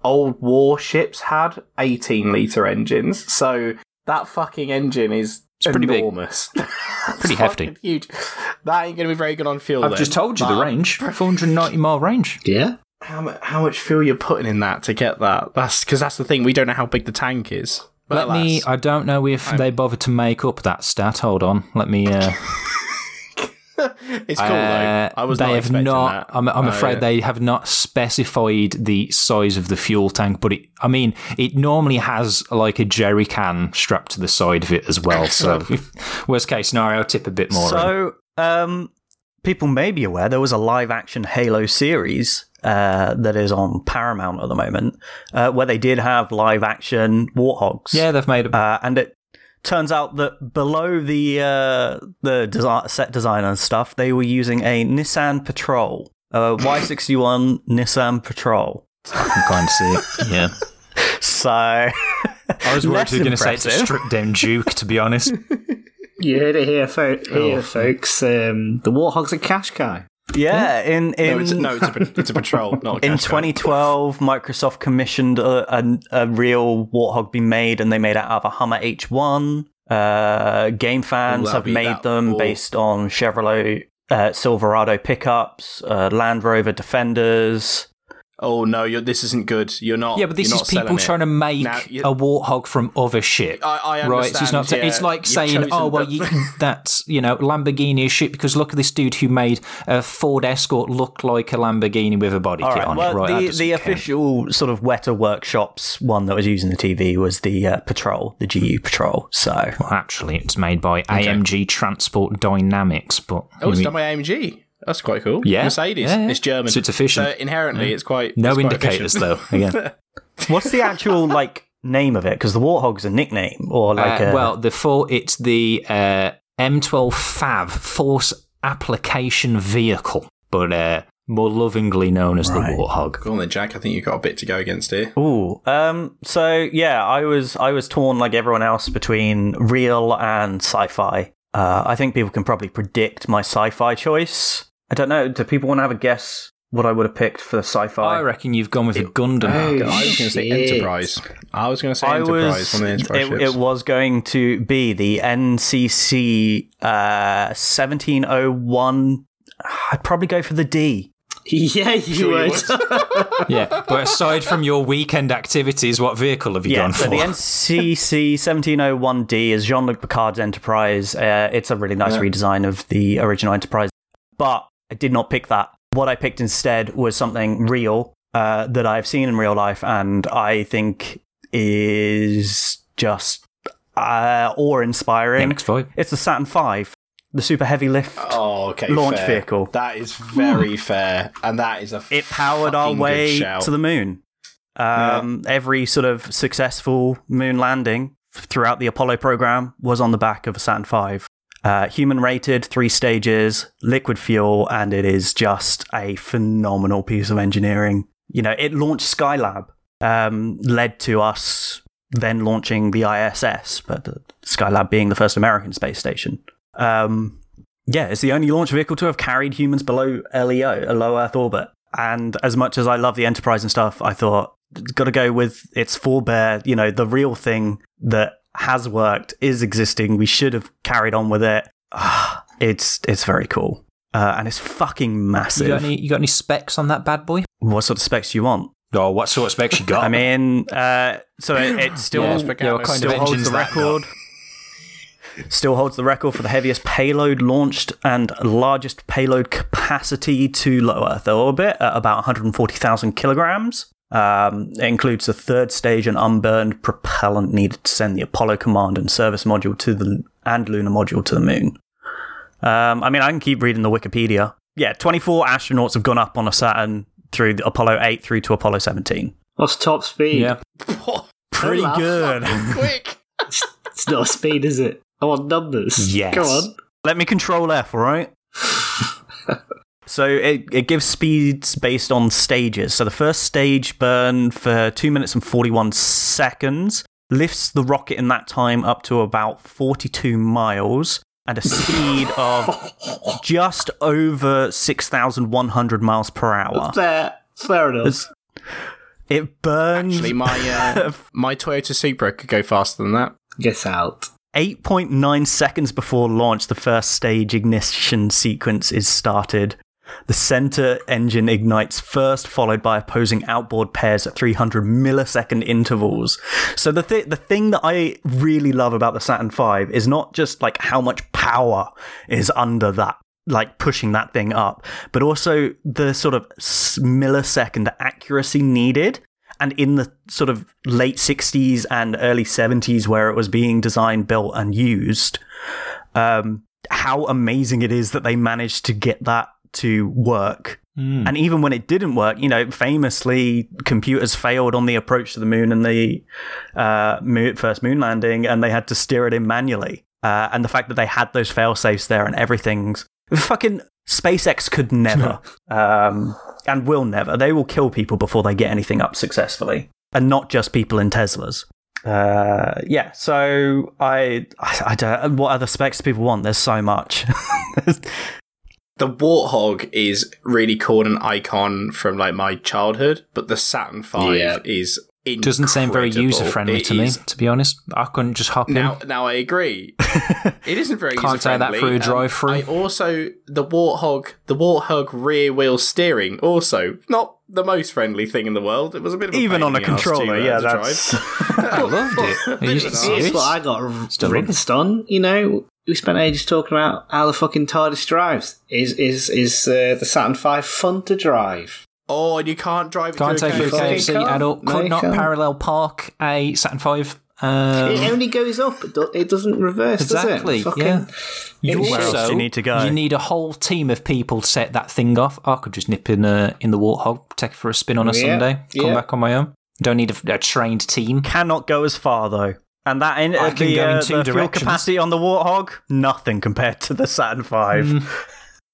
A: old warships had eighteen liter engines. So that fucking engine is
E: pretty big.
A: enormous.
E: Pretty hefty.
A: fucking Huge. That ain't going to be very good on fuel.
E: I've
A: then.
E: just told you the
A: But
E: range, 490 mile range.
D: Yeah.
A: How, mu- how much fuel you're putting in that to get that? That's because that's the thing. We don't know how big the tank is.
E: Let
A: But
E: me.
A: alas.
E: I don't know if they bothered to make up that stat. Hold on. Let me. Uh,
A: it's cool
E: uh,
A: though. I was
E: they
A: not
E: have
A: expecting
E: not.
A: that.
E: I'm, I'm
A: Oh,
E: afraid
A: yeah.
E: they have not specified the size of the fuel tank, but it. I mean, it normally has like a jerry can strapped to the side of it as well. So, if- worst case scenario, tip a bit more. in.
B: So, um, people may be aware there was a live action Halo series uh, that is on Paramount at the moment, uh, where they did have live action warthogs.
E: yeah, they've made a
B: uh, and it turns out that below the uh, the desi set design and stuff, they were using a Nissan Patrol, uh, Y61 Nissan Patrol.
E: fucking kind of see. it. Yeah,
B: So I
E: I was worried
B: less
E: you were going to say it's a
B: impressive.
E: stripped down Duke. To be honest,
D: You heard it here, fo- here
E: Oh.
D: folks. Um, the Warhog's a cash guy.
B: Yeah, in in
A: No, it's, no, it's a, pa- it's a patrol, not a
B: In
A: cash car.
B: 2012, Microsoft commissioned a, a, a real warthog be made, and they made it out of a Hummer H1. Uh, game fans
A: that'd
B: have
A: be
B: made
A: that
B: them
A: war.
B: based on Chevrolet uh, Silverado pickups, uh, Land Rover Defenders.
A: Oh no, you're, this isn't good. You're not.
E: yeah, but this
A: you're
E: is
A: not selling
E: people
A: it.
E: trying to make
A: Now, you-
E: a warthog from other shit.
A: I, I
E: right? So it's not.
A: understand,
E: it's
A: yeah.
E: like
A: You've
E: saying,
A: chosen
E: "Oh well,
A: the-
E: you can, that's you know Lamborghini is shit because look at this dude who made a Ford Escort look like a Lamborghini with a body
B: All
E: kit
B: right.
E: on
B: Well,
E: it." Right? that
B: the,
E: doesn't
B: the
E: count.
B: official sort of Weta Workshops one that was used in the TV was the uh, Patrol, the GU Patrol. So
E: Well, actually, it's made by AMG Transport Dynamics, but
A: Oh, it's
E: I mean,
A: done by AMG. That's quite cool.
E: Yeah.
A: Mercedes.
E: Yeah, yeah.
A: It's German.
E: So it's efficient.
A: So inherently, it's quite
E: no
A: it's quite
E: indicators
A: efficient.
E: though. Again,
B: what's the actual like name of it? Because the warthog's a nickname or like
E: Uh,
B: a
E: well, the four. It's the uh, M12 Fav Force Application Vehicle, but uh, more lovingly known as
B: Right.
E: the Warthog.
A: Go on then, Jack. I think you've got a bit to go against here.
B: Ooh. Um. So yeah, I was I was torn like everyone else between real and sci-fi. Uh, I think people can probably predict my sci-fi choice. I don't know. Do people want to have a guess what I would have picked for sci-fi?
E: I reckon you've gone with a Gundam.
D: Oh,
A: I was going to say
D: shit.
A: Enterprise. I was going to say
B: I
A: Enterprise.
B: was.
A: one of the Enterprise
B: It,
A: ships.
B: it was going to be the NCC uh, seventeen oh one. I'd probably go for the D.
D: Yeah, you would.
E: yeah, but aside from your weekend activities, what vehicle have you
B: Yeah,
E: gone
B: so
E: for?
B: the NCC 1701D is Jean Luc Picard's Enterprise. Uh, it's a really nice redesign of the original Enterprise. But I did not pick that. What I picked instead was something real uh, that I've seen in real life and I think is just uh, awe inspiring.
E: MX-5.
B: It's the Saturn V, the super heavy lift.
A: Oh, okay.
B: Launch
A: fair.
B: vehicle.
A: That is very fair, and that is a.
B: it powered our
A: fucking good
B: way
A: shout.
B: to the moon. Um, Every sort of successful moon landing throughout the Apollo program was on the back of a Saturn V. Uh, human rated, three stages, liquid fuel, and it is just a phenomenal piece of engineering. You know, it launched Skylab, um, led to us then launching the ISS, but uh, Skylab being the first American space station. Um, yeah, it's the only launch vehicle to have carried humans below LEO, a low Earth orbit. And as much as I love the Enterprise and stuff, I thought, got to go with its forebear, you know, the real thing that has worked, is existing. We should have carried on with it. Ah, it's, it's very cool. Uh, and it's fucking
E: You got,
B: massive.
E: any, you got any specs on that bad boy?
B: what sort of specs do you want?
E: Oh, what sort of specs you got?
B: I mean, uh, so it, it still
E: Yeah,
A: spec
E: your
A: out,
E: kind
B: still
E: of
B: holds
E: engines
B: the
E: that
B: record. Still holds the record for the heaviest payload launched and largest payload capacity to low Earth orbit at about 140,000 kilograms. Um, it includes the third stage and unburned propellant needed to send the Apollo command and service module to the and lunar module to the moon. Um, I mean, I can keep reading the Wikipedia. Yeah, 24 astronauts have gone up on a Saturn through the Apollo 8 through to Apollo 17.
D: What's top speed?
E: Yeah.
B: Pretty
D: laugh.
B: good.
A: Quick.
D: It's not speed, is it? I want numbers.
E: Yes.
D: Come on.
B: Let me control F, all right? so it, it gives speeds based on stages. So the first stage burn for 2 minutes and 41 seconds lifts the rocket in that time up to about 42 miles and a speed of just over 6,100 miles per hour.
D: Fair, fair enough.
B: It's- it burns
A: Actually, my uh, my Toyota Supra could go faster than that.
D: Get out.
B: 8.9 seconds before launch, the first stage ignition sequence is started. The center engine ignites first, followed by opposing outboard pairs at 300 millisecond intervals. So, the, th- the thing that I really love about the Saturn V is not just like how much power is under that, like pushing that thing up, but also the sort of s- millisecond accuracy needed and in the sort of late 60s and early 70s where it was being designed built and used um, how amazing it is that they managed to get that to work
E: Hmm.
A: Mm.
B: and even when it didn't work you know famously computers failed on the approach to the moon and the uh, mo- first moon landing and they had to steer it in manually uh, and the fact that they had those fail safes there and everything's fucking SpaceX could never um, and will never. They will kill people before they get anything up successfully, and not just people in Teslas. Uh, yeah. So I, I, I don't. What other specs do people want? There's so much.
A: The Warthog is really cool and an icon from like my childhood, but the Saturn Five
D: Yeah.
A: is incredible.
E: Doesn't sound very user friendly
A: It
E: to me,
A: is-
E: to be honest. I couldn't just hop
A: Now,
E: in.
A: now I agree. It isn't very
E: Can't
A: user-friendly.
E: say that through a
A: Um,
E: drive-through.
A: I also the Warthog, the Warthog rear wheel steering, also not the most friendly thing in the world. It was a bit of a
B: Even
A: pain
B: on a
A: in the arse to,
B: controller,
A: uh,
B: yeah,
A: to drive.
B: that's
E: I loved it. Are you
A: Didn't
D: That's
E: serious?
D: what I got r-
E: Still
D: rinsed on. You know, we spent ages talking about how the fucking TARDIS drives. Is is is uh, the Saturn V fun to drive?
A: Oh, and you can't drive. it
E: Can't
A: through
E: take
A: a
E: a
D: fucking
E: KFC
D: car.
E: adult.
D: No,
E: Could
D: you
E: not
D: can't.
E: parallel park a Saturn Five. Um,
D: it only goes up. It, do- it doesn't reverse,
E: Exactly,
D: does it? Fucking-
E: yeah.
D: You
E: You
D: Where
E: also
B: else do you need to go?
E: You need a whole team of people to set that thing off. I could just nip in uh, in the warthog, take it for a spin on a
D: Yeah,
E: Sunday, come
D: yeah.
E: back on my own. Don't need a, a trained team.
B: cannot go as far though. And that in,
E: I
B: uh,
E: can
B: the,
E: go in
B: uh,
E: two
B: the fuel
E: directions.
B: capacity on the Warthog, nothing compared to the Saturn Five.
E: Mm.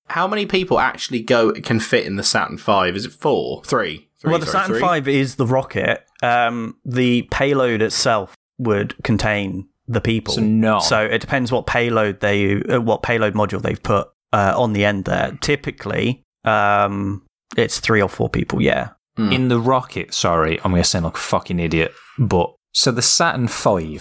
A: How many people actually go can fit in the Saturn Five? Is it four, three? Three,
B: well, the
A: sorry,
B: Saturn
A: three?
B: Five is the rocket. Um, the payload itself would contain the people.
E: So no.
B: So it depends what payload they, uh, what payload module they've put uh, on the end there.
E: Mm.
B: Typically, um, it's three or four people. Yeah,
E: in the rocket, sorry, I'm going to sound like a fucking idiot, but so the Saturn V,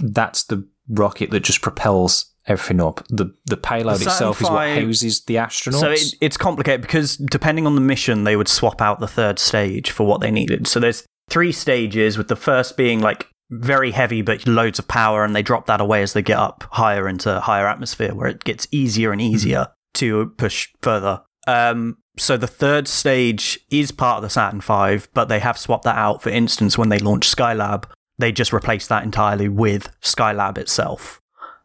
E: that's the rocket that just propels everything up. The the payload
B: The Saturn
E: itself is what
B: V-
E: houses the astronauts.
B: So it, it's complicated because depending on the mission, they would swap out the third stage for what they needed. So there's three stages, with the first being like very heavy but loads of power, and they drop that away as they get up higher into higher atmosphere, where it gets easier and easier to push further. Um, so the third stage is part of the Saturn V, but they have swapped that out. For instance, when they launched Skylab, they just replaced that entirely with Skylab itself.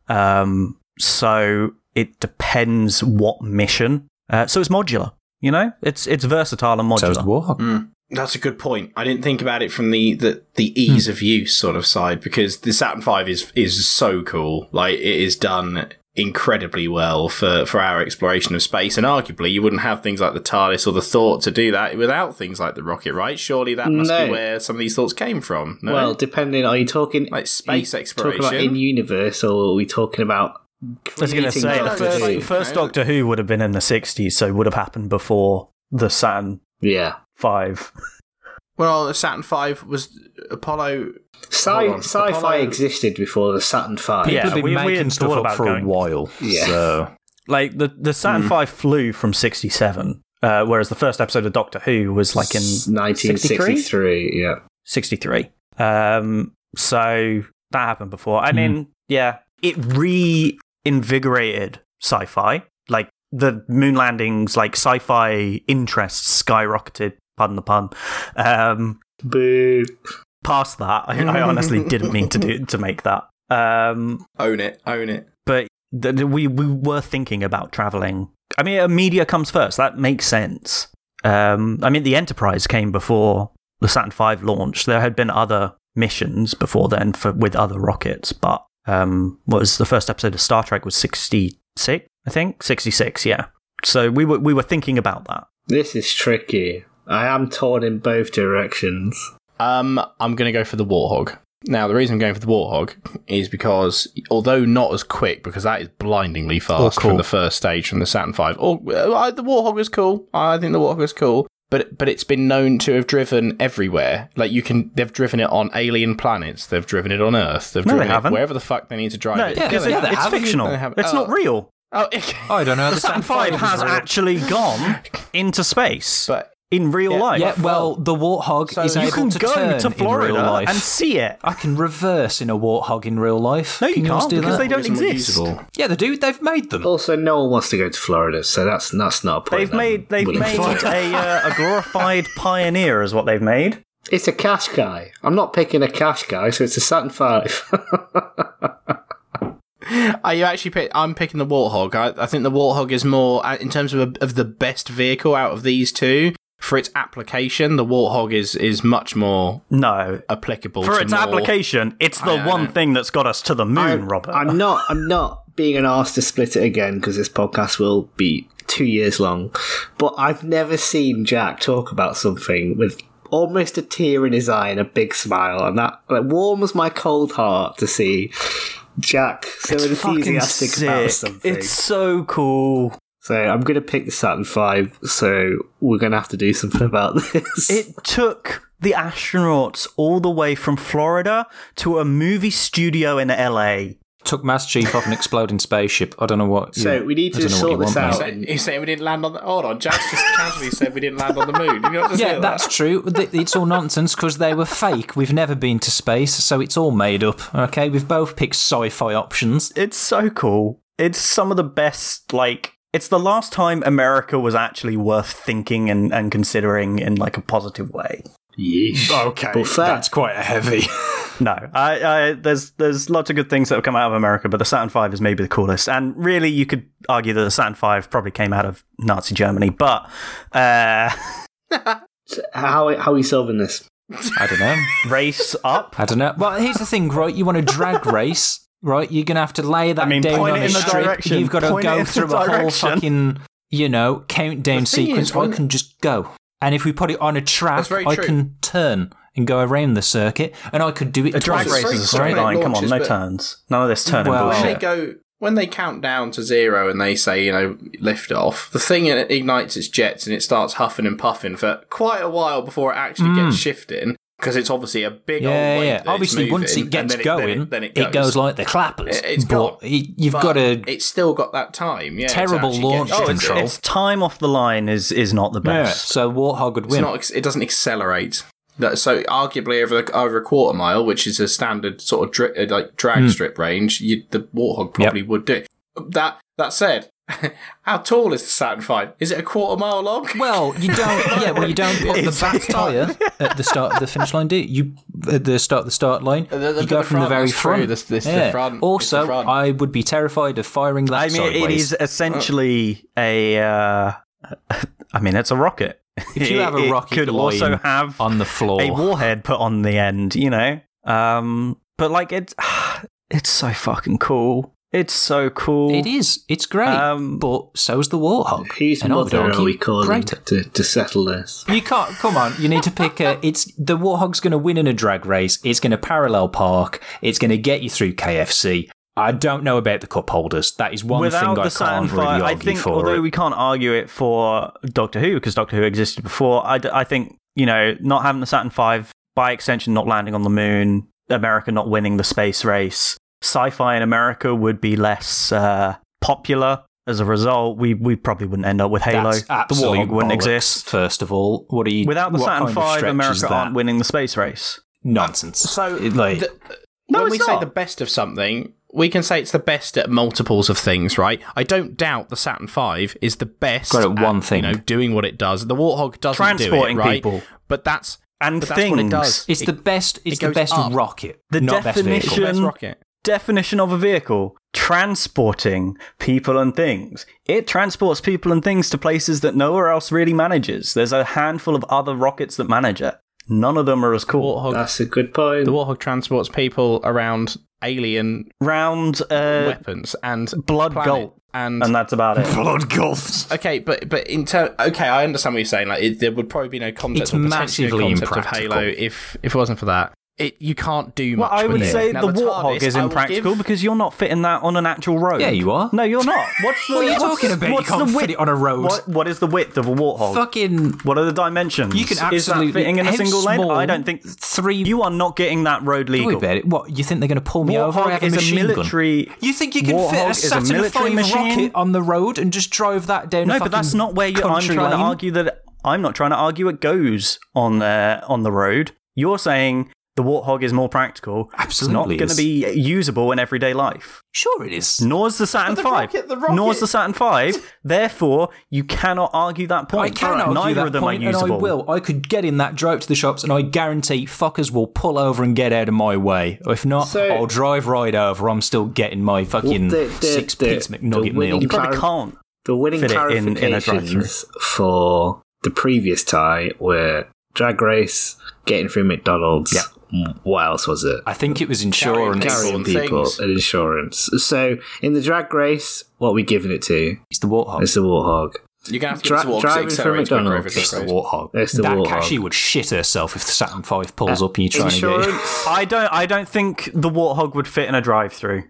B: Um, so it depends what mission. Uh, so it's modular. You know, it's it's versatile and modular. Hmm.
E: so is the Warhawk.
A: That's a good point. I didn't think about it from the the, the ease
D: Hmm.
A: of use sort of side because the Saturn Five is is so cool. Like it is done incredibly well for for our exploration of space, and arguably you wouldn't have things like the TARDIS or the Thought to do that without things like the rocket, right? Surely that must
D: No.
A: be where some of these thoughts came from. No?
D: Well, depending, are you talking
A: like space
D: are you
A: exploration.
D: Talking about in universe, or are we talking about?
B: I was going to
D: creating
B: say
D: stuff
A: that's
B: the
D: to
B: first,
A: true.
D: do?
B: first Doctor Who would have been in the '60s, so would have happened before the Saturn
D: Yeah,
B: Five.
A: well, the Saturn Five was Apollo.
D: Sci-
A: on,
D: sci-fi
A: Apollo-
D: existed before the Saturn Five.
E: People
B: Yeah,
E: have been
B: we- we
E: making
B: hadn't
E: stuff
B: thought
E: up
B: about
E: for
B: going-
E: a while.
D: Yeah.
E: So
B: Like the the
E: Hmm.
B: Saturn Five flew from '67, uh, whereas the first episode of Doctor Who was like in 63?
D: 1963. Yeah,
B: 63. Um, so that happened before. I mean, yeah, it reinvigorated sci-fi. Like the moon landings, like sci-fi interests skyrocketed. Pardon the pun. Um,
D: boo.
B: past that, I, I honestly didn't mean to do to make that. Um,
A: Own it, own it.
B: but th- th- we we were thinking about traveling. I mean, uh, media comes first. That makes sense. Um, I mean, the Enterprise came before the Saturn V launch. There had been other missions before then for with other rockets, but um, what was the first episode of Star Trek was sixty six, I think sixty six. Yeah. So we were we were thinking about that.
D: This is tricky. I am torn in both directions.
A: Um, I'm going to go for the Warthog. Now, the reason I'm going for the Warthog is because, although not as quick, because that is blindingly fast
E: cool.
A: from the first stage from the Saturn Five. Or uh, I- the Warthog is cool. I think the Warthog is cool, but but it's been known to have driven everywhere. Like you can, they've driven it on alien planets. They've driven it on Earth. They've
B: No, they
A: driven it
B: haven't.
A: wherever the fuck they need to drive
B: No,
A: it.
B: because
E: yeah,
B: it-
E: they
B: it's
E: haven't.
B: fictional.
A: They haven't.
B: It's not
E: uh,
A: Oh.
B: real.
A: Oh, okay.
E: I don't know.
B: The Saturn V has actually gone into space
A: But
B: in real
A: Yeah.
B: life.
E: Yeah, well, the Warthog
A: So
E: is
A: you
E: able
B: you can
E: to
B: go
E: turn
B: to
E: in real
B: Florida
E: life.
B: and see it.
E: I can reverse in a Warthog in real life.
B: No, you
E: can yours
B: can't,
E: do
B: because
E: that?
B: they don't
A: it's not
B: exist.
A: usable.
E: Yeah, they do. They've made them.
D: Also, no one wants to go to Florida, so that's that's not a point.
B: They've made they've made a, uh, a glorified pioneer is what they've made.
D: It's a cash guy. I'm not picking a cash guy, so it's a Saturn Five.
A: Are you actually? Pick, I'm picking the Warthog. I, I think the Warthog is more uh, in terms of of the best vehicle out of these two for its application. The Warthog is is much more
B: No.
A: applicable
B: For
A: to
B: its
A: more-
B: application, it's the
A: I- I
B: one
A: know.
B: thing that's got us to the moon,
D: I'm-
B: Robert.
D: I'm not. I'm not being an arse to split it again because this podcast will be two years long. But I've never seen Jack talk about something with almost a tear in his eye and a big smile, and that, that warms my cold heart to see Jack so enthusiastic about something.
B: It's so cool.
D: So I'm going to pick the Saturn Five. So we're going to have to do something about this.
B: It took the astronauts all the way from Florida to a movie studio in LA.
E: Took Mass Chief off an exploding spaceship. I don't know what.
D: So
E: you-
D: we need
E: I
D: to
E: don't know
D: sort
E: what you
D: this
E: want,
D: out.
E: mate.
A: Saying- He's saying we didn't land on the. Hold on, Jack's just casually said we didn't land on the moon. You know, just
E: Yeah,
A: hear
E: that's true. Th- It's all nonsense because they were fake. We've never been to space, so it's all made up. Okay, we've both picked sci-fi options.
B: It's so cool. It's some of the best, like, it's the last time America was actually worth thinking and, and considering in like a positive way.
D: Okay, but fair.
E: quite a heavy.
B: No, I, I, there's there's lots of good things that have come out of America, but the Saturn V is maybe the coolest. And really, you could argue that the Saturn V probably came out of Nazi Germany, but uh,
D: how how are you solving this?
E: I don't know.
B: race up.
E: I don't know. Well, here's the thing, right? You want to drag race, right? You're gonna have to lay that
B: I mean,
E: down
B: point
E: on
B: it
E: a
B: in the
E: strip.
B: direction.
E: You've got to
B: Point it
E: go
B: in the
E: through a whole
B: direction.
E: fucking, you know, countdown
A: The thing
E: sequence.
A: is,
E: I
A: when-
E: can just go, and if we put it on a track,
A: very
E: I
A: true.
E: can turn and go around the circuit, and I could do it
B: A
E: twice.
B: drag race is a straight
A: Straight
B: line. Come on,
A: launches,
B: no
A: but-
B: turns. None of this turning
E: Well-
A: when they
B: bullshit.
A: go when they count down to zero and they say you know lift off the thing it ignites its jets and it starts huffing and puffing for quite a while before it actually gets shifting because it's obviously a big
E: Hmm. Yeah,
A: old wave
E: yeah.
A: that it's
E: Obviously, once
A: moving,
E: it
A: and
E: gets
A: then it-
E: going,
A: then it, then it
E: goes. like the clappers.
A: It- it's gone.
E: but it- you've
A: But
E: got to.
A: it's still got that time yeah to
E: Terrible
A: actually get Oh,
E: launch
A: shifted.
B: Oh, it's,
E: control.
B: it's time off the line is is not the
E: Yeah,
B: best.
E: so Warthog would
A: it's
E: win.
A: not ex- it doesn't accelerate That- so arguably over the, over a quarter mile which is a standard sort of dri- uh, like
E: Hmm.
A: drag strip range you, the warthog probably would do it. that that said how tall is the saturn v is it a quarter mile long
E: Well, you don't. Yeah, well, you don't put the back tyre at the start of the finish line, do you? You at the start of the start line,
A: the- the-
E: you go
A: the
E: from the
A: front,
E: very
A: that's true.
E: front.
A: This- this is the front. It's the
E: Also,
A: front.
E: I would be terrified of firing that
B: I mean,
E: sideways.
B: it is essentially a. Uh, I mean, it's a rocket.
E: If you
B: It-
E: have a
B: it
E: rocket
B: could also
E: lying
B: have
E: on the floor.
B: a warhead put on the end. You know, um, but like it's it's so fucking cool. It's so cool.
E: It is. It's great.
B: Um,
E: but so's the Warthog.
D: Whose
E: And I'd
D: mother are
E: argue
D: we calling
E: greater.
D: to, to settle this?
E: You can't. Come on. You need to pick a. It's the Warhog's going to win in a drag race. It's going to parallel park. It's going to get you through KFC. I don't know about the cup holders. That is one
B: Without
E: thing I
B: the Saturn
E: can't really
B: fire,
E: argue
B: I think,
E: for.
B: although
E: it.
B: we can't argue it for Doctor Who because Doctor Who existed before, I, d- I think you know not having the Saturn Five by extension, not landing on the moon, America not winning the space race, sci-fi in America would be less uh, popular. As a result, we we probably wouldn't end up with Halo.
E: That's
B: The Warhog
E: absolute
B: wouldn't
E: bollocks,
B: exist
E: First of all, what are you
B: without the
E: what
B: Saturn
E: kind of
B: Five.
E: stretch is
B: America
E: that?
B: aren't winning the space race.
E: nonsense.
A: So,
E: It, like,
A: the-
B: No,
A: when we
B: it's
A: say
B: not.
A: the best of something, we can say it's the best at multiples of things, right? I don't doubt the Saturn V is the best
E: Got it, one
A: at,
E: thing.
A: you know, doing what it does. The Warthog doesn't
B: Transporting
A: do it, right?
B: people.
A: but that's
B: And
A: but that's what it
B: things.
A: does.
E: it's
A: It-
E: the best. It's the
A: goes
E: best
A: up.
E: rocket.
B: The
E: not Best
B: definition-
E: vehicle.
A: best rocket.
B: definition of a vehicle transporting people and things. It transports people and things to places that nowhere else really manages. There's a handful of other rockets that manage it. None of them are as cool.
A: Warthog,
D: That's a good point.
A: the Warthog transports people around alien
B: Round uh,
A: weapons and
B: blood
A: planet
B: gulp,
A: and,
B: and that's about it.
A: okay, but but in ter- okay, I understand what you're saying. Like it, there would probably be no concept,
E: It's
A: or potentially no
E: massively
A: concept of
E: impractical.
A: Halo if if it wasn't for that. It you can't do
B: Well,
A: much.
B: I
A: with
B: would
A: it.
B: say
A: Now,
B: the, Warthog
A: TARDIS,
B: is
A: I will
B: impractical
A: give-
B: because you're not fitting that on an actual road.
E: Yeah, you are.
B: No, you're not. What's the,
E: What are you
B: what's-
E: talking about? You
B: What's
E: can't
B: the
E: fit
B: width?
E: it on a road.
B: What, what is the width of a Warthog?
E: Fucking
B: What are the dimensions?
E: You can
B: is that
E: absolutely-
B: fitting in a
E: how
B: single lane?
E: small-
B: I don't think
E: three-
B: You are not getting that road
E: Don't
B: legal.
E: worry about it. What you think they're going to pull me over? I
B: Warthog
E: have a
B: is a
E: machine
B: military-
E: Gun. You think you can
B: Warthog
E: fit a
B: is a
E: Saturn
B: military
E: V
B: machine?
E: rocket on the road and just drive that down? a
B: No, but
E: fucking
B: that's not where you, I'm
E: country
B: trying to
E: lane?
B: argue that. I'm not trying to argue it goes on the on the road. You're saying the Warthog is more practical.
E: Absolutely
B: it's not going to
E: is.
B: be usable in everyday life.
E: Sure, it is.
B: Nor is the Saturn
A: the
B: V.
A: rocket- the rocket-
B: Nor is the Saturn V. Therefore, you cannot argue that
E: I
B: point.
E: can argue
B: Neither
E: that
B: of them
E: point,
B: are usable.
E: and I will. I could get in that, drive to the shops, and I guarantee fuckers will pull over and get out of my way. If not,
D: So-
E: I'll drive right over. I'm still getting my fucking
D: the- the-
E: six-piece
D: the-
E: McNugget
D: the winning
E: meal.
B: You probably
D: Clar-
B: can't.
D: The winning
B: fit it in- in a drive-thru.
D: clarifications for the previous tie were drag race, getting through McDonald's. Yeah. What else was it?
E: I think it was
A: Carrying
E: insurance.
A: people
D: Carrying
A: and
D: people
A: things.
D: and insurance. So in the drag race, what are we giving it to?
E: It's the Warthog.
D: It's the Warthog.
A: You're gonna have to
D: Dri-
A: give us a walk to
D: driving from
A: accelerate to over
D: McDonald's.
A: the
E: It's the
A: road.
E: Warthog.
D: It's the
E: that
D: Warthog. Uh,
E: Kashi would shit herself if the Saturn V pulls up and you try and get.
D: Insurance.
B: I don't. I don't think the Warthog would fit in a drive-through.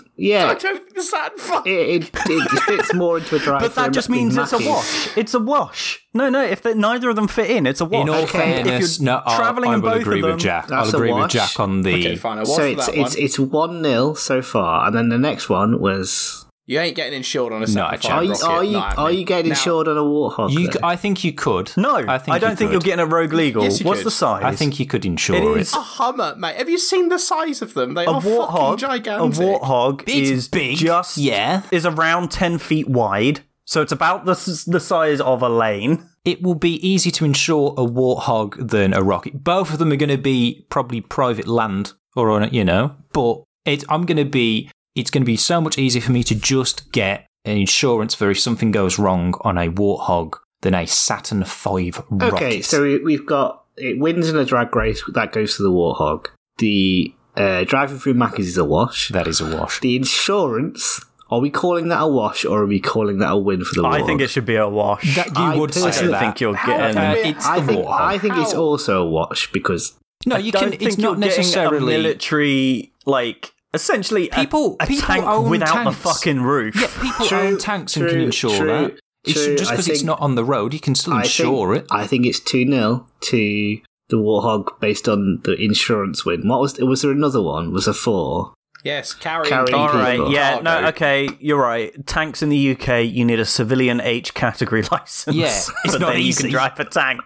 A: I
D: yeah.
A: don't think the Saturn V.
D: It, it, it fits more into a drive.
B: But that just means it's a wash. It's a wash. No, no. If they, neither of them fit in, it's a wash.
E: In all
D: Okay.
B: If
E: fairness,
B: you're
E: no, I-
B: travelling
E: I
B: in
E: will
B: both
E: agree
B: of them,
E: with Jack.
D: That's
E: I'll
D: a
E: agree with
D: wash.
E: Jack on the.
A: Okay, fine. I watched
D: So
A: that
D: it's
A: one.
D: it's it's one 0 so far, and then the next one was.
A: you ain't getting insured on a
E: No,
A: Saturn V.
E: Jack.
D: Are you
A: rocket,
D: are you
A: not
D: are you getting
A: Now-
D: insured on a warthog?
E: You,
D: then?
E: I think you could.
B: No,
E: I,
B: I,
E: think
B: don't
E: you
B: think
E: could.
B: you're getting a rogue legal.
A: Yes, you
B: What's
A: could.
B: the size?
E: I think you could insure
B: It
E: it.
B: is-
D: Ah.
A: A Hummer, mate. Have you seen the size of them? They
B: a
A: are fucking
B: warthog.
A: gigantic.
B: A warthog
E: It's
B: is
E: big,
B: Just
E: yeah.
B: is around ten feet wide, so it's about the s- the size of a lane.
E: It will be easier to insure a warthog than a rocket. Both of them are going to be probably private land or on it, you know. But it, I'm going to be. It's going to be so much easier for me to just get an insurance for if something goes wrong on a warthog than a Saturn V rocket.
D: okay, so we, we've got it wins in a drag race that goes to the warthog. The uh, driving through Mackies is a wash.
E: that is a wash.
D: The insurance Are we calling that a wash or are we calling that a win for the
B: I
D: Lord?
B: think it should be a wash.
E: That, you
D: I
E: would say
D: personally
E: that.
B: think you're getting-
E: Uh, it's
D: I
E: the
D: think,
E: war.
D: I think it's also a wash because
E: no,
B: I
E: you
B: don't
E: can.
B: think
E: It's not
B: you're getting
E: necessarily
B: a military like essentially a-
E: People-
B: a,
E: people
B: tank
E: own
B: without
E: tanks.
B: a fucking roof.
E: Yeah, people
D: True,
E: own tanks and
D: true,
E: can insure
D: true,
E: that. It's
D: true.
E: just
D: I
E: because it's
D: think-
E: not on the road, you can still insure
D: I think,
E: it.
D: I think it's 2 0 to the Warhog based on the insurance win. What was was there another one? Was a four?
A: Yes, carrying,
D: Carrying
A: people.
B: All right,
D: people.
B: yeah,
A: Cargo.
B: no, okay, you're right. Tanks in the UK, you need a civilian H category license.
E: Yeah, it's
B: but
E: not
B: then
E: easy.
B: you can drive a tank.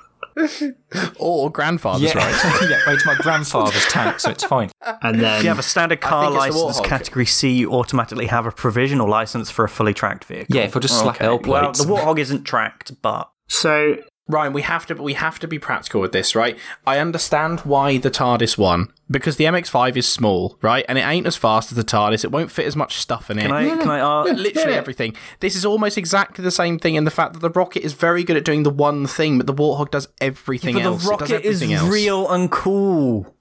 A: Or grandfather's
E: yeah,
A: right.
E: yeah, well, it's my grandfather's tank, so it's fine.
D: And then
B: If you have a standard car
A: think it's the
B: license
A: Warhawk.
B: category C, you automatically have a provisional license for a fully tracked vehicle.
E: Yeah, if I just slap L
B: Well,
E: plates.
B: the Warthog isn't tracked, but
D: so
A: Ryan, we have to we have to be practical with this, right? I understand why the TARDIS won because the MX5 is small, right? And it ain't as fast as the TARDIS. It won't fit as much stuff in it.
B: can I? Can I?
A: Yeah,
B: Uh,
A: Literally everything. This is almost exactly the same thing in the fact that the rocket is very good at doing the one thing, but the warthog does everything
B: but
A: else.
B: the
A: It does
B: rocket is
A: everything else.
B: real and cool.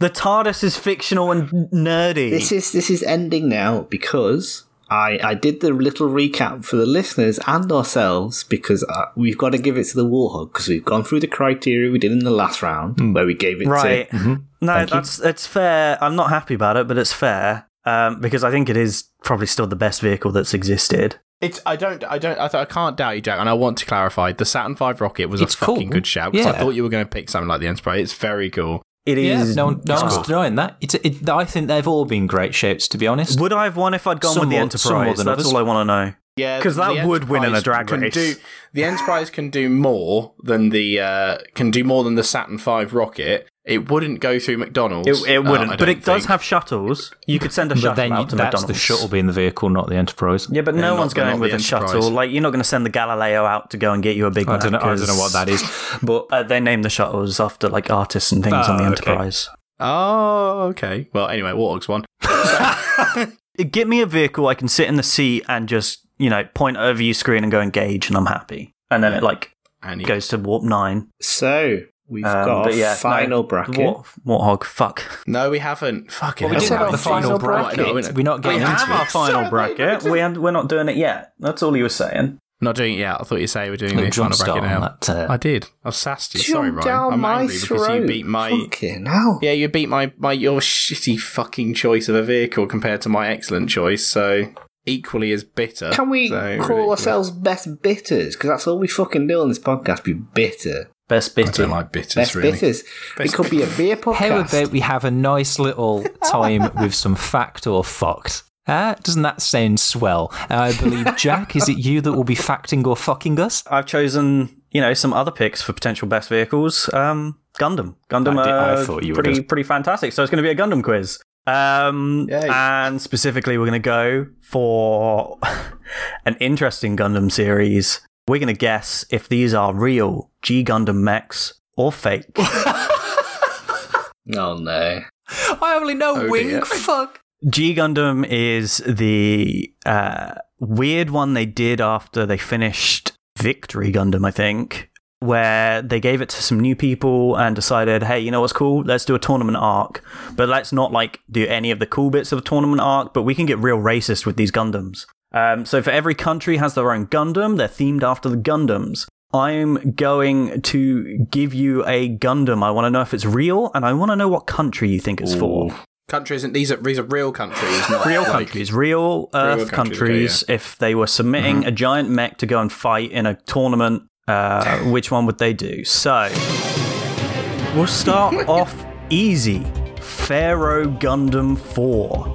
B: The TARDIS is fictional and nerdy.
D: this is this is ending now because I, I did the little recap for the listeners and ourselves because uh, we've got to give it to the Warhog because we've gone through the criteria we did in the last round
A: Hmm.
D: where we gave it
B: right.
D: to
E: Mm-hmm.
B: No, that's it's fair. I'm not happy about it, but it's fair um, because I think it is probably still the best vehicle that's existed.
A: It's. I don't. I don't. I, th- I can't doubt you, Jack. And I want to clarify: the Saturn V rocket was
E: It's
A: a fucking
E: cool.
A: good shout. Because
E: Yeah.
A: I thought you were going to pick something like the Enterprise. It's very cool.
B: It
E: Yeah,
B: is.
E: no, one, no
B: it's
E: one's
B: cool.
E: denying that. It's, it, I think they've all been great shapes, to be honest.
B: Would I have won if I'd gone
E: Some
B: with the
E: more- some more
B: Enterprise?
E: than
B: That's
E: others.
B: all I want to know.
A: Yeah,
B: 'Cause that
A: the
B: would win in a
A: Enterprise
B: drag
A: can
B: race.
A: Do, the Enterprise can do more than the uh, can do more than the Saturn V rocket. It wouldn't go through McDonald's.
B: It, it
E: Oh,
A: uh,
B: wouldn't,
A: I
B: but it
A: don't
B: does
A: think.
B: have shuttles. You could send a
E: But
B: shuttle
E: then you,
B: out
E: that's
B: to
E: the
B: McDonald's.
E: shuttle being the vehicle, not the Enterprise.
B: Yeah, but
A: Yeah,
B: no
A: not
B: one's
A: the-
B: going
A: not
B: with
A: the
B: a shuttle.
A: Enterprise.
B: Like you're not going to send the Galileo out to go and get you a big.
E: I
B: Mac
E: don't, know, I don't
B: 'cause-
E: know what that is.
B: But uh, they name the shuttles after like artists and things
E: Ah,
B: on the
E: okay.
B: Enterprise.
A: Oh, okay. Well, anyway, Warthog's one.
B: Get me a vehicle I can sit in the seat and just you know point over your screen and go engage, and I'm happy. And then it like
A: And he
B: goes to warp nine.
D: it. So we've
B: Um,
D: got
B: but
D: a
B: yeah, no,
D: final bracket.
B: War- Warthog, fuck.
A: No, we haven't. Fucking.
E: Well, we
A: hell.
E: didn't have the final bracket. We're not getting
A: We have our
E: into it.
B: Our final bracket. We had, we're not doing it yet. That's all you were saying.
A: Not doing it yet. I thought you say we're doing
E: Little
A: the final
E: jump
A: bracket
E: start
A: now.
E: on that, uh,
A: I did. I sassed you. Sorry,
D: Jump
A: Ryan.
D: down
A: I'm
D: my
A: angry because
D: throat.
A: you beat my.
D: Fucking hell.
A: Yeah, you beat my my your shitty fucking choice of a vehicle compared to my excellent choice. So equally as bitter.
D: Can we
A: So,
D: call
A: ridiculous.
D: ourselves best bitters? Because that's all we fucking do on this podcast. Be bitter,
B: Best
A: I
B: bit.
A: don't like bitters
D: best
A: really.
D: bitters.
A: Best
D: it could be a beer
E: How
D: podcast.
E: about we have a nice little time with some fact or fucked? Huh? Doesn't that sound swell? I believe, Jack, is it you that will be facting or fucking us?
B: I've chosen, you know, some other picks for potential best vehicles. Um, Gundam. Gundam.
E: I did- I
B: uh,
E: thought you were
B: pretty
E: gonna-
B: pretty fantastic. So it's going to be a Gundam quiz. Um,
A: Yay.
B: and specifically, we're going to go for an interesting Gundam series. We're going to guess if these are real G Gundam mechs or fake.
D: Oh no.
E: I only know
A: Oh,
E: wing
A: dear.
E: fuck.
B: G Gundam is the uh, weird one they did after they finished Victory Gundam, I think, where they gave it to some new people and decided, hey, you know what's cool? Let's do a tournament arc, but let's not like do any of the cool bits of a tournament arc, but we can get real racist with these Gundams. Um, so for every country has their own Gundam, they're themed after the Gundams. I'm going to give you a Gundam. I want to know if it's real, and I want to know what country you think it's for
A: Countries and these are these are real countries, not
B: real
A: like-
B: countries, real Earth
A: countries,
B: countries.
A: okay,
B: If they were submitting a giant mech to go and fight in a tournament, uh, which one would they do? So we'll start off easy. Pharaoh Gundam Four.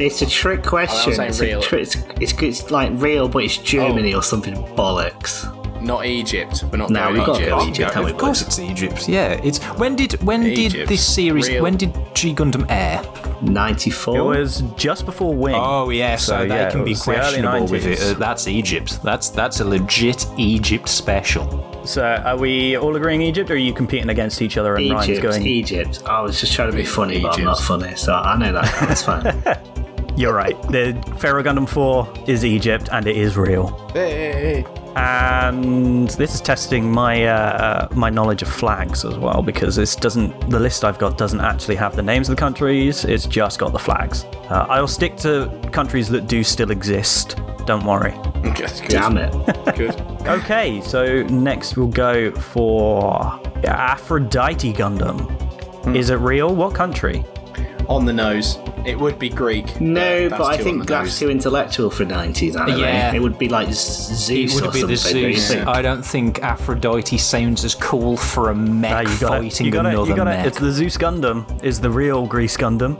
D: It's a trick question.
A: saying
D: It's, a
A: real.
D: tri- it's, it's, it's like real, but it's Germany or something bollocks.
A: Not Egypt. We're not
D: No,
A: going
D: we've got to go
A: Egypt.
D: Egypt, haven't we,
E: Of course,
D: boys?
E: it's Egypt. Yeah, it's when did when did
A: Egypt.
E: this series?
A: Real.
E: When did G Gundam air?
B: It
D: 94.
B: was just before Wing.
E: Oh yeah, so,
B: So,
E: they
B: yeah,
E: can
B: it
E: be
B: was the early
E: questionable with it.
B: 90s.
E: Uh, that's Egypt. That's that's a legit Egypt special.
B: So are we all agreeing Egypt, or are you competing against each other? And Ryan's
D: Egypt, E-
B: going,
D: Egypt. I was just trying to be funny, but I'm
A: Egypt.
D: not funny, so I know that. That's fine.
B: "You're right. The Pharaoh Gundam Four is Egypt, and it is real."
A: Hey, hey, hey.
B: and this is testing my uh, my knowledge of flags as well because this doesn't the list I've got doesn't actually have the names of the countries. It's just got the flags. Uh, I'll stick to countries that do still exist. Don't worry.
A: Okay, that's good.
D: Damn it.
A: Good.
B: Okay, so next we'll go for Aphrodite Gundam. Is it real? What country?
A: On the nose. It would be Greek.
D: No,
A: that's
D: but I
A: too on
D: think
A: the
D: that's
A: nose.
D: too intellectual for 90s anime.
E: Yeah.
D: It would be like Z- Zeus
E: It would
D: or
E: be
D: something.
E: the
D: don't you
E: Zeus.
D: think?
E: I don't think Aphrodite sounds as cool for a
B: Ah,
E: mech
B: you got it.
E: fighting
B: You got it.
E: another
B: You got it.
E: mech.
B: It's the Zeus Gundam. Is the real Greece Gundam.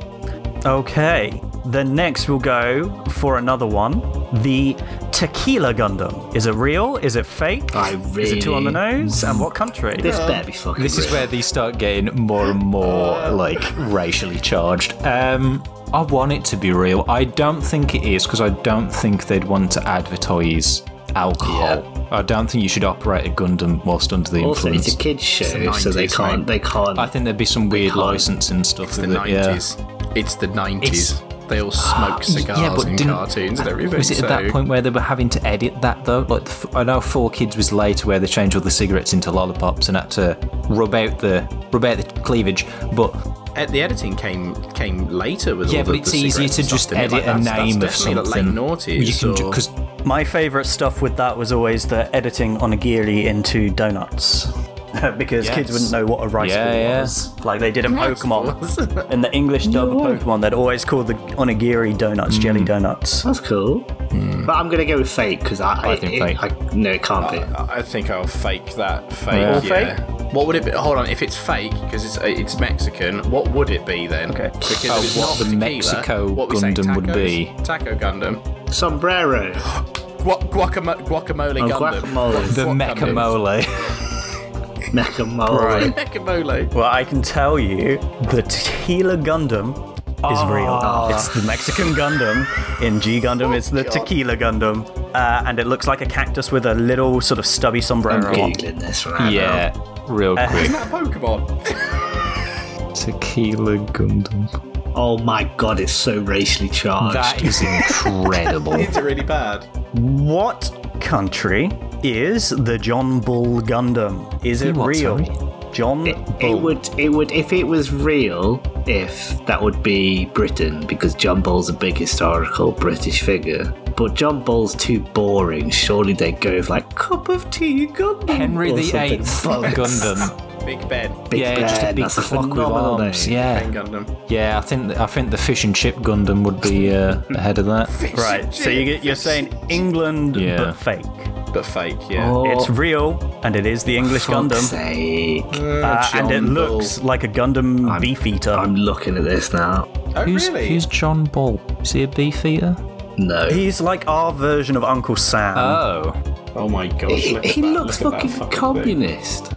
B: Okay. Then next we'll go for another one. The Tequila Gundam. Is it real? Is it fake?
D: I
B: Is it two on the
D: really-
B: nose? And what country?
D: This better be fucking
E: This is
D: real.
E: where these start getting more and more
A: Uh.
E: like racially charged. Um, I want it to be real. I don't think it is because I don't think they'd want to advertise alcohol. I don't think you should operate a Gundam whilst under the
D: Also,
E: influence.
D: it's a kids show,
A: the
D: so they
A: 90s,
D: can't.
A: mate.
D: They can't.
E: I think there'd be some weird
D: can't.
E: licensing stuff.
A: It's the
E: with it, yeah.
A: 90s. It's the 90s. they all smoke cigars and
E: didn't-
A: cartoons and everything.
E: Was it
A: so
E: at that point where they were having to edit that though? Like, the, f- I know Four Kids was later where they changed all the cigarettes into lollipops and had to rub out the rub out the cleavage. But
A: eh, the editing came came later with
E: yeah,
A: all the
E: but it's
A: the
E: easier
A: cigarettes
E: to
A: and
E: just
A: stuff, didn't it?
E: edit
A: Like, that's-
E: a
A: that's
E: name of
A: definitely
E: something.
A: like late noughties
E: you can
A: or-
E: because
B: My favorite stuff with that was always the editing onigiri into donuts. because kids
E: Yes.
B: wouldn't know what a rice
E: Yeah,
B: ball
E: yeah.
B: was. Like they did in Pokemon. in the English dub of Pokemon, they'd always call the onigiri donuts jelly
E: Hmm.
B: donuts.
D: That's cool. But I'm gonna go with fake because I, I,
E: think
D: it-
E: fake.
D: I- no, it can't
E: Uh,
D: be.
A: I I think I'll fake that. Fake. Yeah.
E: Yeah. Or
A: What would it be? Hold on. If it's fake, because it's it's Mexican, what would it be then?
B: Okay.
A: Because
E: Oh,
A: if it's
E: what
A: not
E: the
A: tequila,
E: Mexico
A: what we saying,
E: Gundam would
A: tacos?
E: be.
A: Taco Gundam.
D: Sombrero.
A: Gua- guacamo- guacamole
D: Oh,
A: Gundam.
D: guacamole.
E: the
A: What Gundam?
E: mechamole.
D: Mechamole.
A: Guacamole.
B: Well, I can tell you the Tequila Gundam is
D: Ah.
B: real. It's the Mexican Gundam. In G Gundam, it's the Tequila Gundam. Uh, and it looks like a cactus with a little sort of stubby sombrero on.
D: Googling this right now.
E: yeah, real quick.
A: That Pokemon.
E: Tequila Gundam.
D: Oh my god, it's so racially charged.
E: That is incredible.
A: It's really bad.
B: What country is the John Bull Gundam? Is it
E: what,
B: real? John Bull.
D: it would. It would. If it was real, if that would be Britain, because John Bull's a big historical British figure. But John Bull's too boring. Surely they go with like cup of tea Gundam.
E: Henry
D: or
E: the
D: something
E: Eighth
D: bollocks.
E: Gundam.
A: Big Ben.
D: Big
E: yeah, just a
D: Ben,
E: big
D: that's a
E: clock with
D: phenomenal
E: arms.
D: name.
E: Yeah,
A: Ben Gundam.
E: yeah. I think I think the fish and chip Gundam would be uh, ahead of that.
B: Right, so you get, you're saying England
E: Yeah.
B: but fake.
A: But fake, yeah.
E: Oh,
B: It's real, and it is the English
D: Fuck's
B: Gundam.
D: sake.
B: Uh, and it
A: John
B: looks like a Gundam beefeater.
D: I'm looking at this now.
A: Oh,
E: Who's,
A: really?
E: who's John Ball? Is he a beefeater?
D: No.
B: He's like our version of Uncle Sam.
E: Oh,
A: oh my gosh.
D: He,
A: look at
D: he
A: that,
D: looks
A: look at that
D: fucking, communist.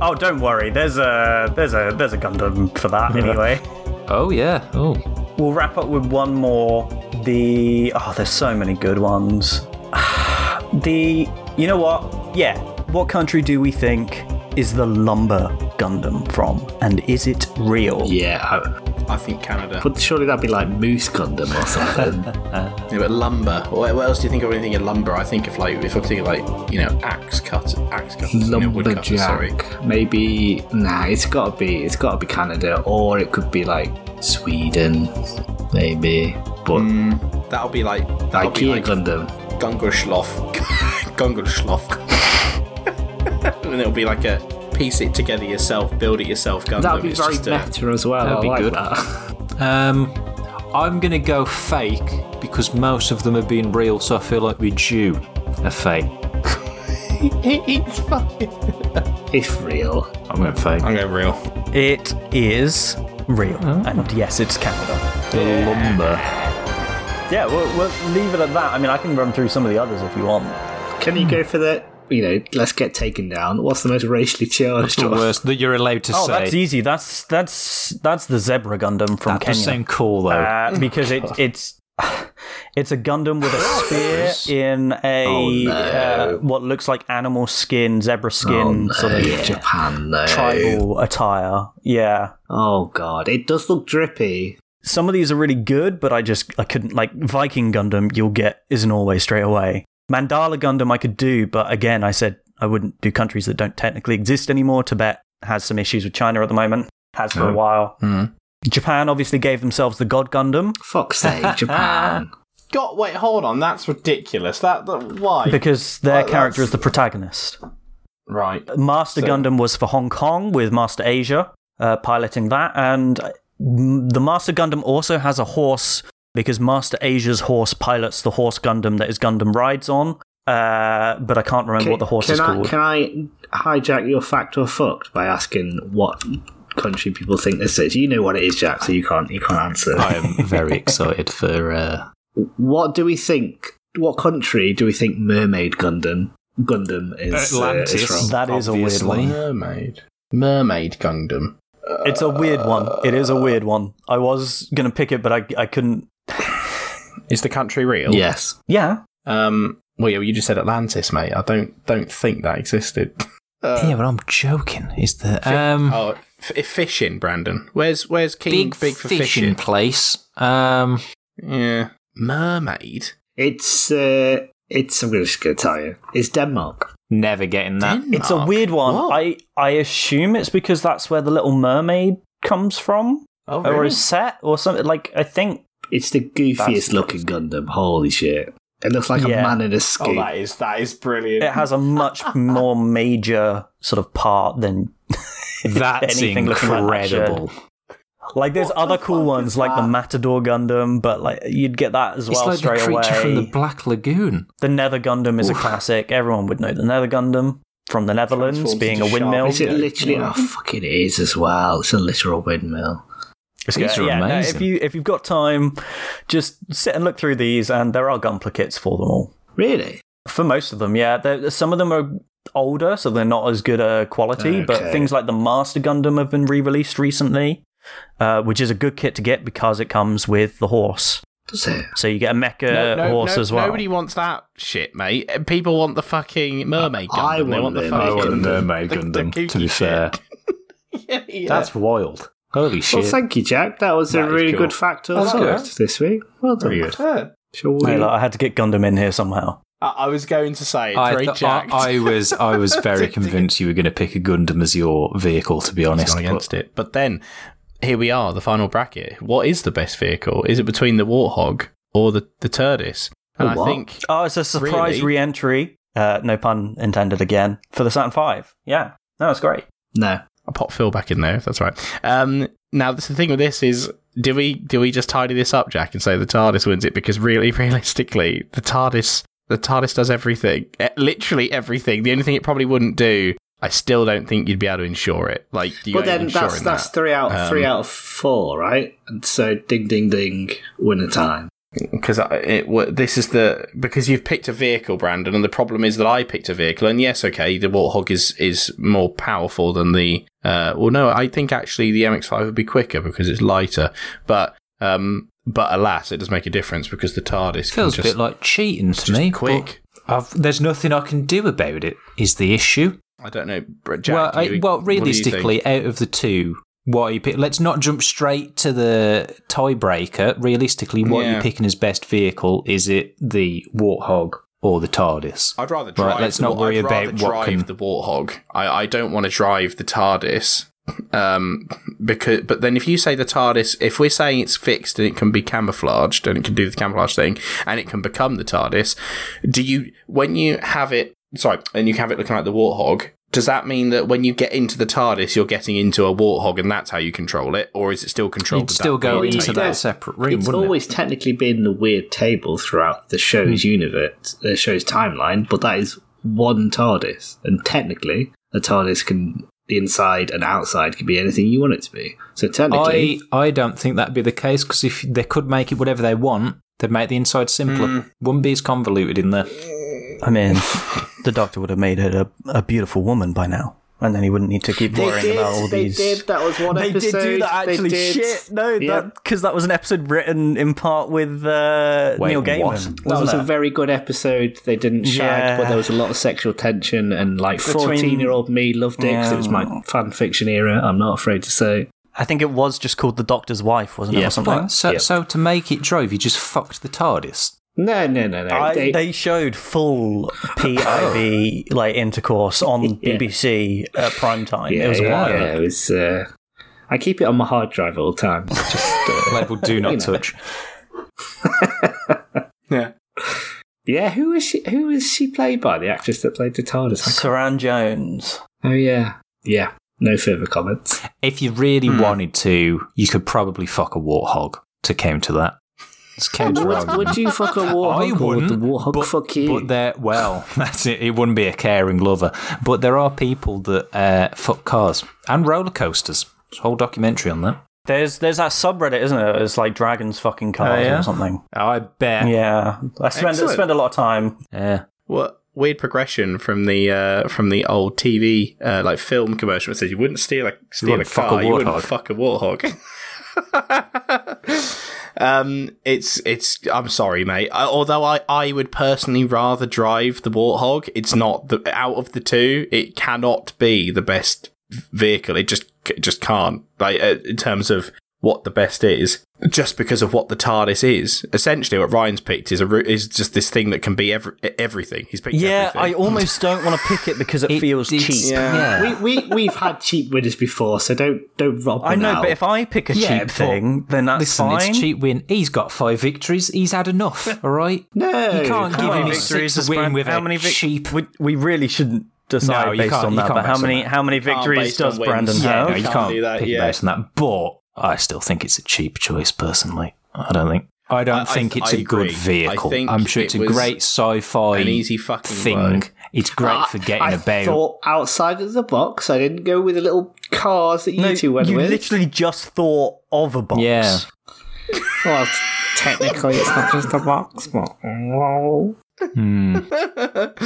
B: oh, don't worry. There's a there's a there's a Gundam for that anyway.
E: oh yeah. Oh,
B: we'll wrap up with one more. The oh, there's so many good ones. the you know what? Yeah. What country do we think is the lumber Gundam from? And is it real?
D: Yeah, I-
A: I think Canada.
D: but surely that'd be like Moose Gundam or something.
A: Yeah, but lumber. What, what else do you think of when you think of lumber? I think of like if I'm thinking like you know axe cut, axe cutters, you know, wood cutters. Sorry.
D: Lumberjack. Maybe nah. It's gotta be. It's gotta be Canada, or it could be like Sweden, maybe. But
A: That'll be like that'll be
D: IKEA
A: like
D: Gundam.
A: Gungelschloff. Gungelschloff. and it'll be like a piece it together yourself, build it yourself Gundam.
D: That'd be
A: It's
D: very
A: just a-
D: meta as well.
E: that'd
D: I
E: be
D: like
E: good.
D: that.
E: Um, I'm gonna go fake because most of them have been real, so I feel like we do a fake.
D: It's real.
E: I'm going fake.
A: I'm going real.
B: It is real. And yes, it's Canada.
E: The lumber.
B: Yeah, we'll, we'll leave it at that. I mean, I can run through some of the others if you want.
D: Can you go for the? You know, let's get taken down. What's the most racially charged?
E: The
D: one?
E: worst that you're allowed to
B: Oh,
E: say.
B: that's easy. That's that's that's the zebra Gundam from
E: That
B: Kenya.
E: does sound cool though.
D: Oh,
B: uh, because it, it's it's a Gundam with a spear in a uh, what looks like animal skin, zebra skin
D: Oh, Oh, no,
B: sort of
D: Japan, no.
B: tribal attire. Yeah.
D: Oh god, it does look drippy.
B: Some of these are really good, but I just I couldn't like Viking Gundam. You'll get isn't always straight away. Mandala Gundam I could do, but again, I said I wouldn't do countries that don't technically exist anymore. Tibet has some issues with China at the moment, has for a
F: Oh.
B: while.
A: Hmm.
D: Mm-hmm.
B: Japan obviously gave themselves the God Gundam
D: Fuck's sake, Japan.
G: God, wait, hold on. That's ridiculous. That, that why?
B: because their
G: Well,
B: character
G: that's-
B: is the protagonist.
G: right.
B: Master
G: So-
B: Gundam was for Hong Kong with Master Asia uh, piloting that, and uh, m- the Master Gundam also has a horse because Master Asia's horse pilots the horse Gundam that his Gundam rides on. Uh, but I can't remember what the horse
D: can
B: is
D: I,
B: called.
D: Can I hijack your fact or fucked by asking what country people think this is? You know what it is, Jack, so you can't you can't answer.
E: I am very excited for. Uh,
D: What do we think? What country do we think Mermaid Gundam Gundam is, uh, is
E: Atlantis.
D: from?
B: That is a weird
E: Obviously.
B: one.
A: Mermaid. Mermaid Gundam.
B: It's a weird one. It is a weird one. I was gonna pick it, but I I couldn't.
A: Is the country real?
D: Yes.
B: Yeah.
A: Um. Well, you just said Atlantis, mate. I don't don't think that existed.
E: yeah, but I'm joking. Is the um,
A: Uh, Oh, f- fishing, Brandon. Where's where's King
E: big
A: Big, for
E: fishing
A: fishing?
E: place? Um,
A: yeah. Mermaid.
D: It's uh it's I'm gonna just go tell you. It's Denmark.
E: never getting that.
A: Denmark?
B: It's a weird one.
A: What?
B: I I assume it's because that's where the Little Mermaid comes from,
A: Oh,
B: or
A: really?
B: is set, or something. Like I think
D: It's the goofiest
B: That's-
D: looking Gundam. Holy shit. It looks like
B: Yeah.
D: a man in a
G: Oh,
D: scoop.
G: that is that is brilliant.
B: it has a much more major sort of part than
E: That's
B: anything looking like that should.
E: incredible.
B: like. There's
G: What the
B: other cool
G: fuck
B: ones
G: is
B: like the
G: that?
B: Matador Gundam, but like you'd get that as well
E: it's like
B: straight
E: the creature
B: away.
E: from the Black Lagoon.
B: The Nether Gundam is a
E: Oof.
B: classic. Everyone would know the Nether Gundam from the Netherlands,
G: Transforms
B: being a
G: into sharp
B: windmill.
D: is it literally?
G: Yeah.
D: Oh, fuck! It is as well. It's a literal windmill.
E: These are
B: no,
E: amazing.
B: if you if you've got time, just sit and look through these, and there are Gunpla for them all.
D: Really?
B: For most of them, yeah. There- Some of them are older, so they're not as good a quality. But
D: Okay.
B: things like the Master Gundam have been re-released recently, uh, which is a good kit to get because it comes with the horse.
D: Does it?
B: So you get a mecha
E: uh,
B: horse as well.
A: Nobody wants that shit, mate. Uh, People want the fucking mermaid Gundam.
D: I
A: they
D: want
A: want the
D: the
A: fucking
D: I want the
E: Mermaid
A: the- the
E: Gundam, to
A: kooky
E: be fair.
A: shit. yeah, yeah.
E: That's wild. Holy shit!
D: Well, thank you, Jack. That was
A: That
D: a
A: is
D: really
A: cool.
D: good fact
G: That's
D: also
G: good.
D: this week. Well done.
A: Very good.
G: Yeah.
D: Shall we?
B: Hey, look, I had to get Gundam in here somehow.
G: I, I was going to say it's
E: I,
G: very
E: th- I,
G: jacked.
E: I was I was very convinced you were going to pick a Gundam as your vehicle. To be honest,
A: gone against it. But then here we are, the final bracket. What is the best vehicle? Is it between the Warthog or the the Turdis? And
D: The what?
A: I think
B: Oh, it's a surprise
A: Really?
B: re-entry. Uh, no pun intended again for the Saturn Five. Yeah, no, it's great.
D: No.
A: I'll pop Phil back in there if that's right. Um, now that's the thing with this is do we do we just tidy this up, Jack, and say the TARDIS wins it? Because really, realistically, the TARDIS the TARDIS does everything, Eh, literally everything. The only thing it probably wouldn't do, I still don't think you'd be able to insure it. Like, you
D: But
A: ain't
D: then
A: insuring
D: that's that's
A: that.
D: three out
A: Um,
D: three out of four, right? And so ding ding ding, winner time.
A: because it w- this is the because you've picked a vehicle, Brandon, and the problem is that I picked a vehicle. And yes, okay, the Warthog is is more powerful than the. Uh, well, no, I think actually the MX-5 would be quicker because it's lighter. But um, but alas, it does make a difference because the TARDIS
E: feels
A: can
E: a
A: just,
E: bit like cheating to
A: just
E: me. but
A: quick.
E: I've, there's nothing I can do about it. Is the issue?
A: I don't know, Br- Jack.
E: well, I-
A: you-
E: well,
A: what do you think?
E: realistically, out of the two, what are you pick? Let's not jump straight to the tiebreaker. Realistically, what are
A: Yeah.
E: you picking as best vehicle? Is it the Warthog or the TARDIS?
A: I'd rather drive.
E: Right, let's
A: the,
E: not
A: I'd
E: worry about
A: rather
E: what
A: drive
E: can-
A: the warthog. I, I don't want to drive the TARDIS. Um, because but then if you say the TARDIS, if we're saying it's fixed and it can be camouflaged and it can do the camouflage thing and it can become the TARDIS, do you when you have it? Sorry, and you have it looking like the warthog. Does that mean that when you get into the TARDIS, you're getting into a warthog and that's how you control it, or is it still controlled?
E: You'd
A: with
E: still
A: that
E: go
A: being
D: it's
E: into
A: taken?
E: that
D: always-
E: separate room,
D: it's
E: wouldn't
D: always
E: it?
D: technically been the weird table throughout the show's universe, the show's timeline, but that is one TARDIS, and technically a TARDIS can the inside and outside can be anything you want it to be. So technically,
E: I, I don't think that'd be the case because if they could make it whatever they want, they'd make the inside simpler.
D: Hmm.
E: Wouldn't be as convoluted in there.
B: I mean, the Doctor would have made her a, a beautiful woman by now, and then he wouldn't need to keep worrying about all
D: they
B: these.
D: did. That was one
B: They
D: episode.
B: did do that
D: They
B: actually.
D: did.
B: Shit, no,
D: Yeah.
B: because that was an episode written in part with uh,
E: Wait,
B: Neil Gaiman.
E: what?
B: wasn't
D: That was
B: it?
D: a very good episode. They didn't shag,
B: Yeah.
D: but there was a lot of sexual tension, and like
B: Between-
D: fourteen-year-old me loved it because it was
B: Yeah.
D: my fan fiction era. I'm not afraid to say. I
B: I think it was just called The Doctor's Wife, wasn't it,
D: Yeah.
B: or something?
E: What? So, so to make it drove, you just fucked the TARDIS.
D: No, no, no, no.
B: I,
D: They-
B: they, showed full PIV like intercourse on
D: Oh. Yeah.
B: BBC at prime time.
D: yeah,
B: it was
D: yeah,
B: wild.
D: yeah, it was, uh, I keep it on my hard drive all the time. It's Just, uh,
E: Labeled "Do not
D: You know.
E: touch."
A: Yeah.
D: yeah, who was she? Who was she played by? The actress that played the TARDIS. I can't-
B: Saran Jones.
D: Oh yeah, yeah. No further comments.
E: If you really
D: Hmm.
E: wanted to, you could probably fuck a warthog to counter that. It's counter
D: would, would you fuck a warhog? or would the warhog
E: but,
D: fuck you?
E: but there, well, that's it. It wouldn't be a caring lover. But there are people that uh, fuck cars and roller coasters. There's a whole documentary on that.
B: There's there's that subreddit, isn't it? It's like dragons fucking cars
E: yeah?
B: or something.
E: I bet.
B: Yeah, I spend
A: Excellent.
B: spend a lot of time.
E: Yeah.
A: What weird progression from the uh, from the old TV uh, like film commercial that says you wouldn't steal a steal a
E: wouldn't fuck
A: car,
E: a
A: you wouldn't
E: warthog.
A: fuck a warthog. um, it's it's. I'm sorry, mate. I, although I I would personally rather drive the warthog. It's not the out of the two. It cannot be the best vehicle. It just it just can't. Like uh, in terms of what the best is, just because of what the TARDIS is. Essentially, what Ryan's picked is a ru- is just this thing that can be every, everything. He's picked.
B: Yeah, I
A: everything.
B: almost don't want to pick it because it, feels
E: it's-
B: cheap.
E: yeah.
D: we, we we've had cheap winners before, so don't don't rob.
B: I
D: me
B: know,
D: now.
B: but if I pick a
E: Yeah,
B: cheap
E: but
B: thing, then that's
E: Listen,
B: fine.
E: it's a cheap win. He's got five victories. He's had enough. All right.
D: no,
E: you can't
D: come
E: give
D: on.
E: him his
B: victories has
E: six to win
B: Brand-
E: with
B: how
E: a
B: many vic-
E: cheap.
B: We, we really shouldn't decide
E: No, you
B: based
E: can't-
B: on
E: you
B: that.
E: can't
B: But how
E: base on
B: many
E: that.
B: how many
A: Can't
B: victories
A: based on
B: does
A: wins.
B: Brandon
E: yeah,
B: have?
E: no, you
A: can't
E: can't,
A: do that,
E: pick
A: yeah.
E: based on that. But I still think it's a cheap choice, personally. I don't think. I don't
A: I- I
E: think
A: th-
E: it's
A: I
E: a good
A: agree. I
E: vehicle.
A: think
E: I'm sure
A: it
E: it's a
A: was
E: great sci-fi
A: an easy fucking
E: thing.
A: word.
E: It's great
D: I-
E: for getting
D: I
E: about.
D: thought outside of the box. I didn't go with the little cars that you
B: No,
D: two went
B: you
D: with.
B: literally just thought of a box.
E: Yeah.
D: Well, t- technically, it's not just a box, but well,
E: Hmm.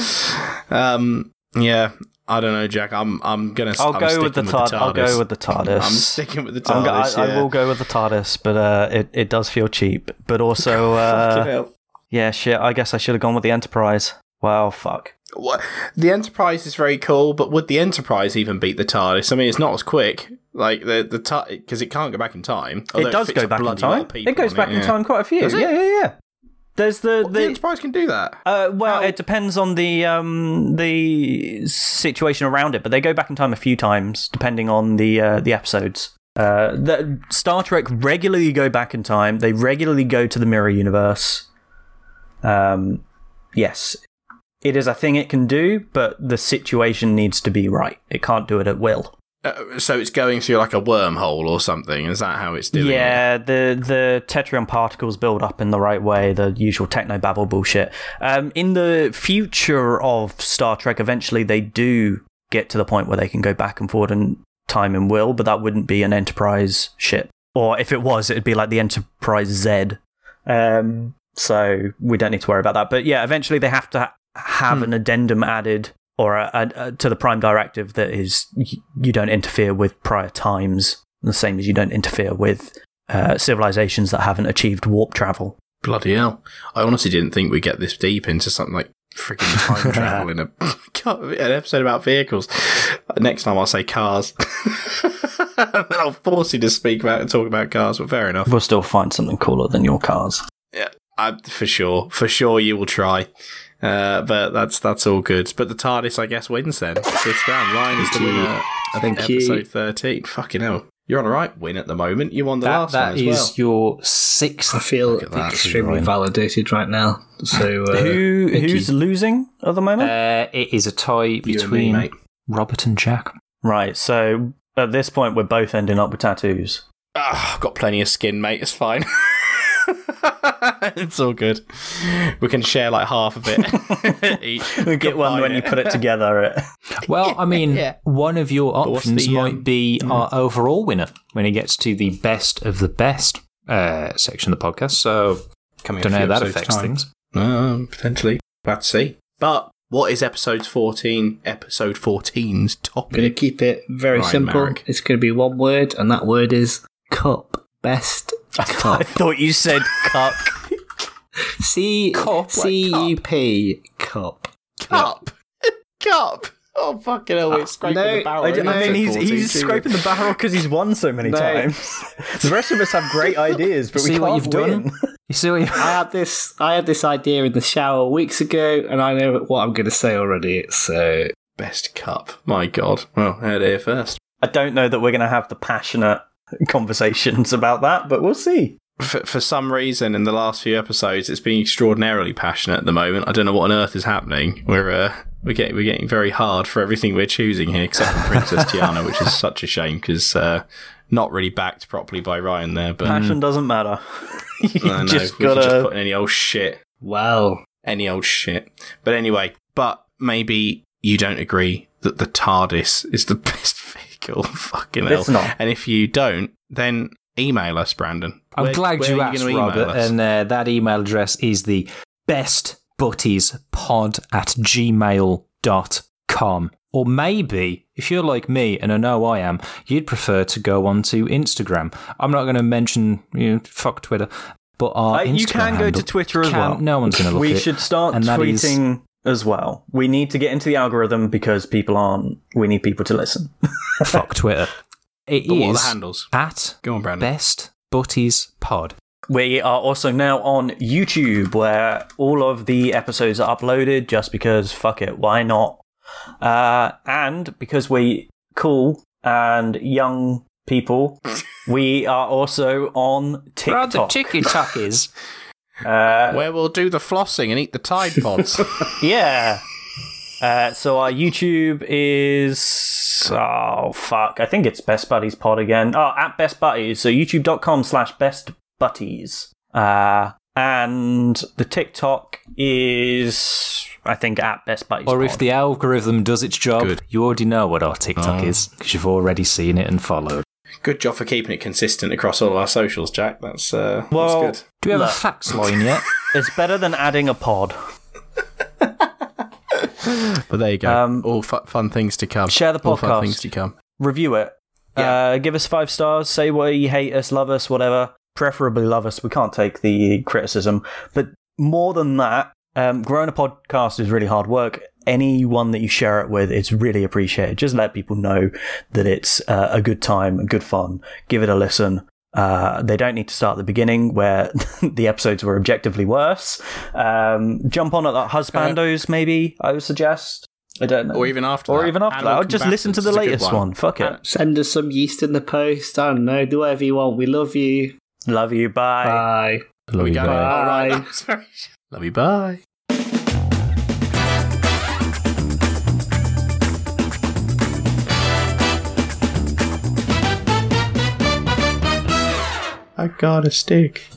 A: um, yeah, I don't know, Jack. I'm I'm gonna.
B: I'll
A: I'm
B: go
A: sticking
B: with the, TARDIS. I'll go with the TARDIS.
A: I'm sticking with the
B: I'm go- I-
A: TARDIS.
B: I,
A: yeah.
B: will go with the TARDIS, but uh, it, it does feel cheap. But also, uh, yeah, shit, I guess I should have gone with the Enterprise. Wow, fuck.
A: What- The Enterprise is very cool, but would the Enterprise even beat the TARDIS? I mean, it's not as quick. Like the the because it can't go back in time. although
B: it does
A: fits
B: go
A: a
B: back in
A: bloody lot
B: time.
A: of people
B: It goes
A: on
B: back in
A: yeah.
B: time quite a few.
A: Does it?
B: Yeah, yeah, yeah. There's the,
A: What, the
B: the
A: Enterprise can do that.
B: uh, well,
A: How-
B: it depends on the um the situation around it, but they go back in time a few times depending on the uh, the episodes. Uh, the Star Trek regularly go back in time. They regularly go to the mirror universe. Um, yes, it is a thing it can do, but the situation needs to be right. It can't do it at will.
A: Uh, so it's going through like a wormhole or something. Is that how it's doing? it?
B: yeah, the the tetrion particles build up in the right way, the usual techno babble bullshit. Um, in the future of Star Trek, eventually they do get to the point where they can go back and forward in time and will, but that wouldn't be an Enterprise ship, or if it was, it'd be like the Enterprise Z. Um, so we don't need to worry about that. But yeah, eventually they have to ha- have an addendum added or a, a, a, to the prime directive that is y- you don't interfere with prior times, the same as you don't interfere with uh, civilizations that haven't achieved warp travel.
A: Bloody hell! I honestly didn't think we'd get this deep into something like freaking time travel in a God, an episode about vehicles. Uh, Next time I'll say cars. then I'll force you to speak about talk about cars. But fair enough.
B: We'll still find something cooler than your cars.
A: I, for sure, for sure, you will try. Uh, but that's that's all good. But the TARDIS, I guess, wins then this round. Ryan is the winner of
D: Thank you.
A: episode thirteen. Fucking hell, you're on a right win at the moment. You won the
E: That,
A: last
E: that
A: one as
E: is
A: well.
E: your
D: I
E: sixth.
D: feel
A: at that,
D: extremely validated right now. So, uh,
B: Who
D: thank
B: who's
D: you.
B: losing at the moment?
E: Uh, it is a tie
A: You and me,
E: between
A: mate.
E: Robert and Jack.
B: right. So at this point, we're both ending up with tattoos.
A: Ah, I've got plenty of skin, mate. It's fine. it's all good. We can share like half of it. each.
B: We get one when you put it together. It.
E: Well, I mean, one of your
A: what's
E: options
A: the,
E: might
A: um,
E: be our overall winner when it gets to the best of the best uh, section of the podcast. So,
A: Coming
E: don't know
A: a
E: how
A: few
E: that
A: episodes
E: affects
A: time.
E: things.
A: Um, potentially. Glad to see. But what is episode fourteen? Episode 14's
D: I'm going
A: topic.
D: to keep it very
A: Right,
D: simple.
A: Marek.
D: It's going to be one word, and that word is cup. Best
B: I
D: cup.
B: thought you said cuck.
D: C
E: Cup, like
D: C U P cup.
A: Cup. Cup. Oh fucking hell! We're scraping
D: no,
A: the barrel.
D: I don't-
A: Episode
D: I mean,
B: he's,
A: 14,
B: he's
A: too.
B: scraping the barrel because he's won so many
D: No.
B: times. the rest of us have great ideas, but we
E: See
B: can't
E: what you've done?
B: win.
E: You see what you.
D: I had this. I had this idea in the shower weeks ago, and I know what I'm going to say already. It's uh,
A: Best cup. My God. Well, I had it here first.
B: I don't know that we're going to have the passionate conversations about that, but we'll see.
A: For, for some reason, in the last few episodes, it's been extraordinarily passionate at the moment. I don't know what on earth is happening. We're uh, we're getting we're getting very hard for everything we're choosing here, except for Princess Tiana, which is such a shame because uh, not really backed properly by Ryan there.
E: Um,
A: But
B: Passion doesn't matter. you
A: I know,
B: just
A: we could just
B: gotta.
A: put in any old shit.
D: well,
A: any old shit. But anyway, but maybe you don't agree that the TARDIS is the best vehicle. Fucking hell.
B: It's not.
A: And if you don't, then email us, Brandon.
E: I'm
A: Where-
E: glad
A: where
E: you
A: are
E: asked,
A: gonna email
E: Robert.
A: us?
E: And uh, that email address is the bestbuttiespod at gmail.com. Or maybe, if you're like me, and I know I am, you'd prefer to go onto Instagram. I'm not going to mention, you know, fuck Twitter, but our
B: Uh,
E: Instagram
B: you can go
E: handle-
B: to Twitter as
E: Can-
B: well.
E: No one's going to look
B: we
E: at it.
B: should start
E: And that is-
B: tweeting as well. We need to get into the algorithm because people aren't. We need people to listen.
E: fuck Twitter. It is
A: But what are the handles?
E: at
A: Go on, Brandon.
E: Best Butties Pod.
B: We are also now on YouTube where all of the episodes are uploaded just because fuck it, why not? Uh, and because we cool and young people, we are also on TikTok.
E: Tuckies.
B: uh,
A: Where we'll do the flossing and eat the Tide Pods.
B: yeah. Uh, so our YouTube is oh fuck, I think it's Best Buddies Pod again. Oh, at Best Buddies, so youtube.com slash Best Buddies. Uh, and the TikTok is I think at Best Buddies.
E: Or if
B: Pod.
E: the algorithm does its job,
A: Good.
E: you already know what our TikTok
A: Oh.
E: is because you've already seen it and followed.
A: good job for keeping it consistent across all of our socials, Jack. That's, uh,
B: Well-
A: that's
E: Do we have
B: Look.
E: a fax line yet?
B: it's better than adding a pod.
A: good. But there you go.
B: Um,
A: all fu- fun things to come.
B: share the
A: All fun
B: podcast.
A: things to come.
B: Review it. Uh, give us five stars. Say why you hate us, love us, whatever. Preferably love us. We can't take the criticism. But more than that, um, growing a podcast is really hard work. Anyone that you share it with, it's really appreciated. Just let people know that it's uh, a good time, good fun. Give it a listen. Uh, they don't need to start at the beginning where the episodes were objectively worse. Um, jump on at that Husbandos, maybe, I would suggest. I don't know.
A: Or even after
B: Or
A: that.
B: even after that.
A: Animal
B: I'll just listen
A: Combatants
B: to the
A: is a good
B: latest one. Fuck it.
D: send us some yeast in the post. I don't know. Do whatever you want. We love you.
B: Love you. Bye.
D: Bye.
E: Love you,
A: go.
E: babe.
A: All right,
D: Bye.
A: that was very- Love you. Bye. I got a stick.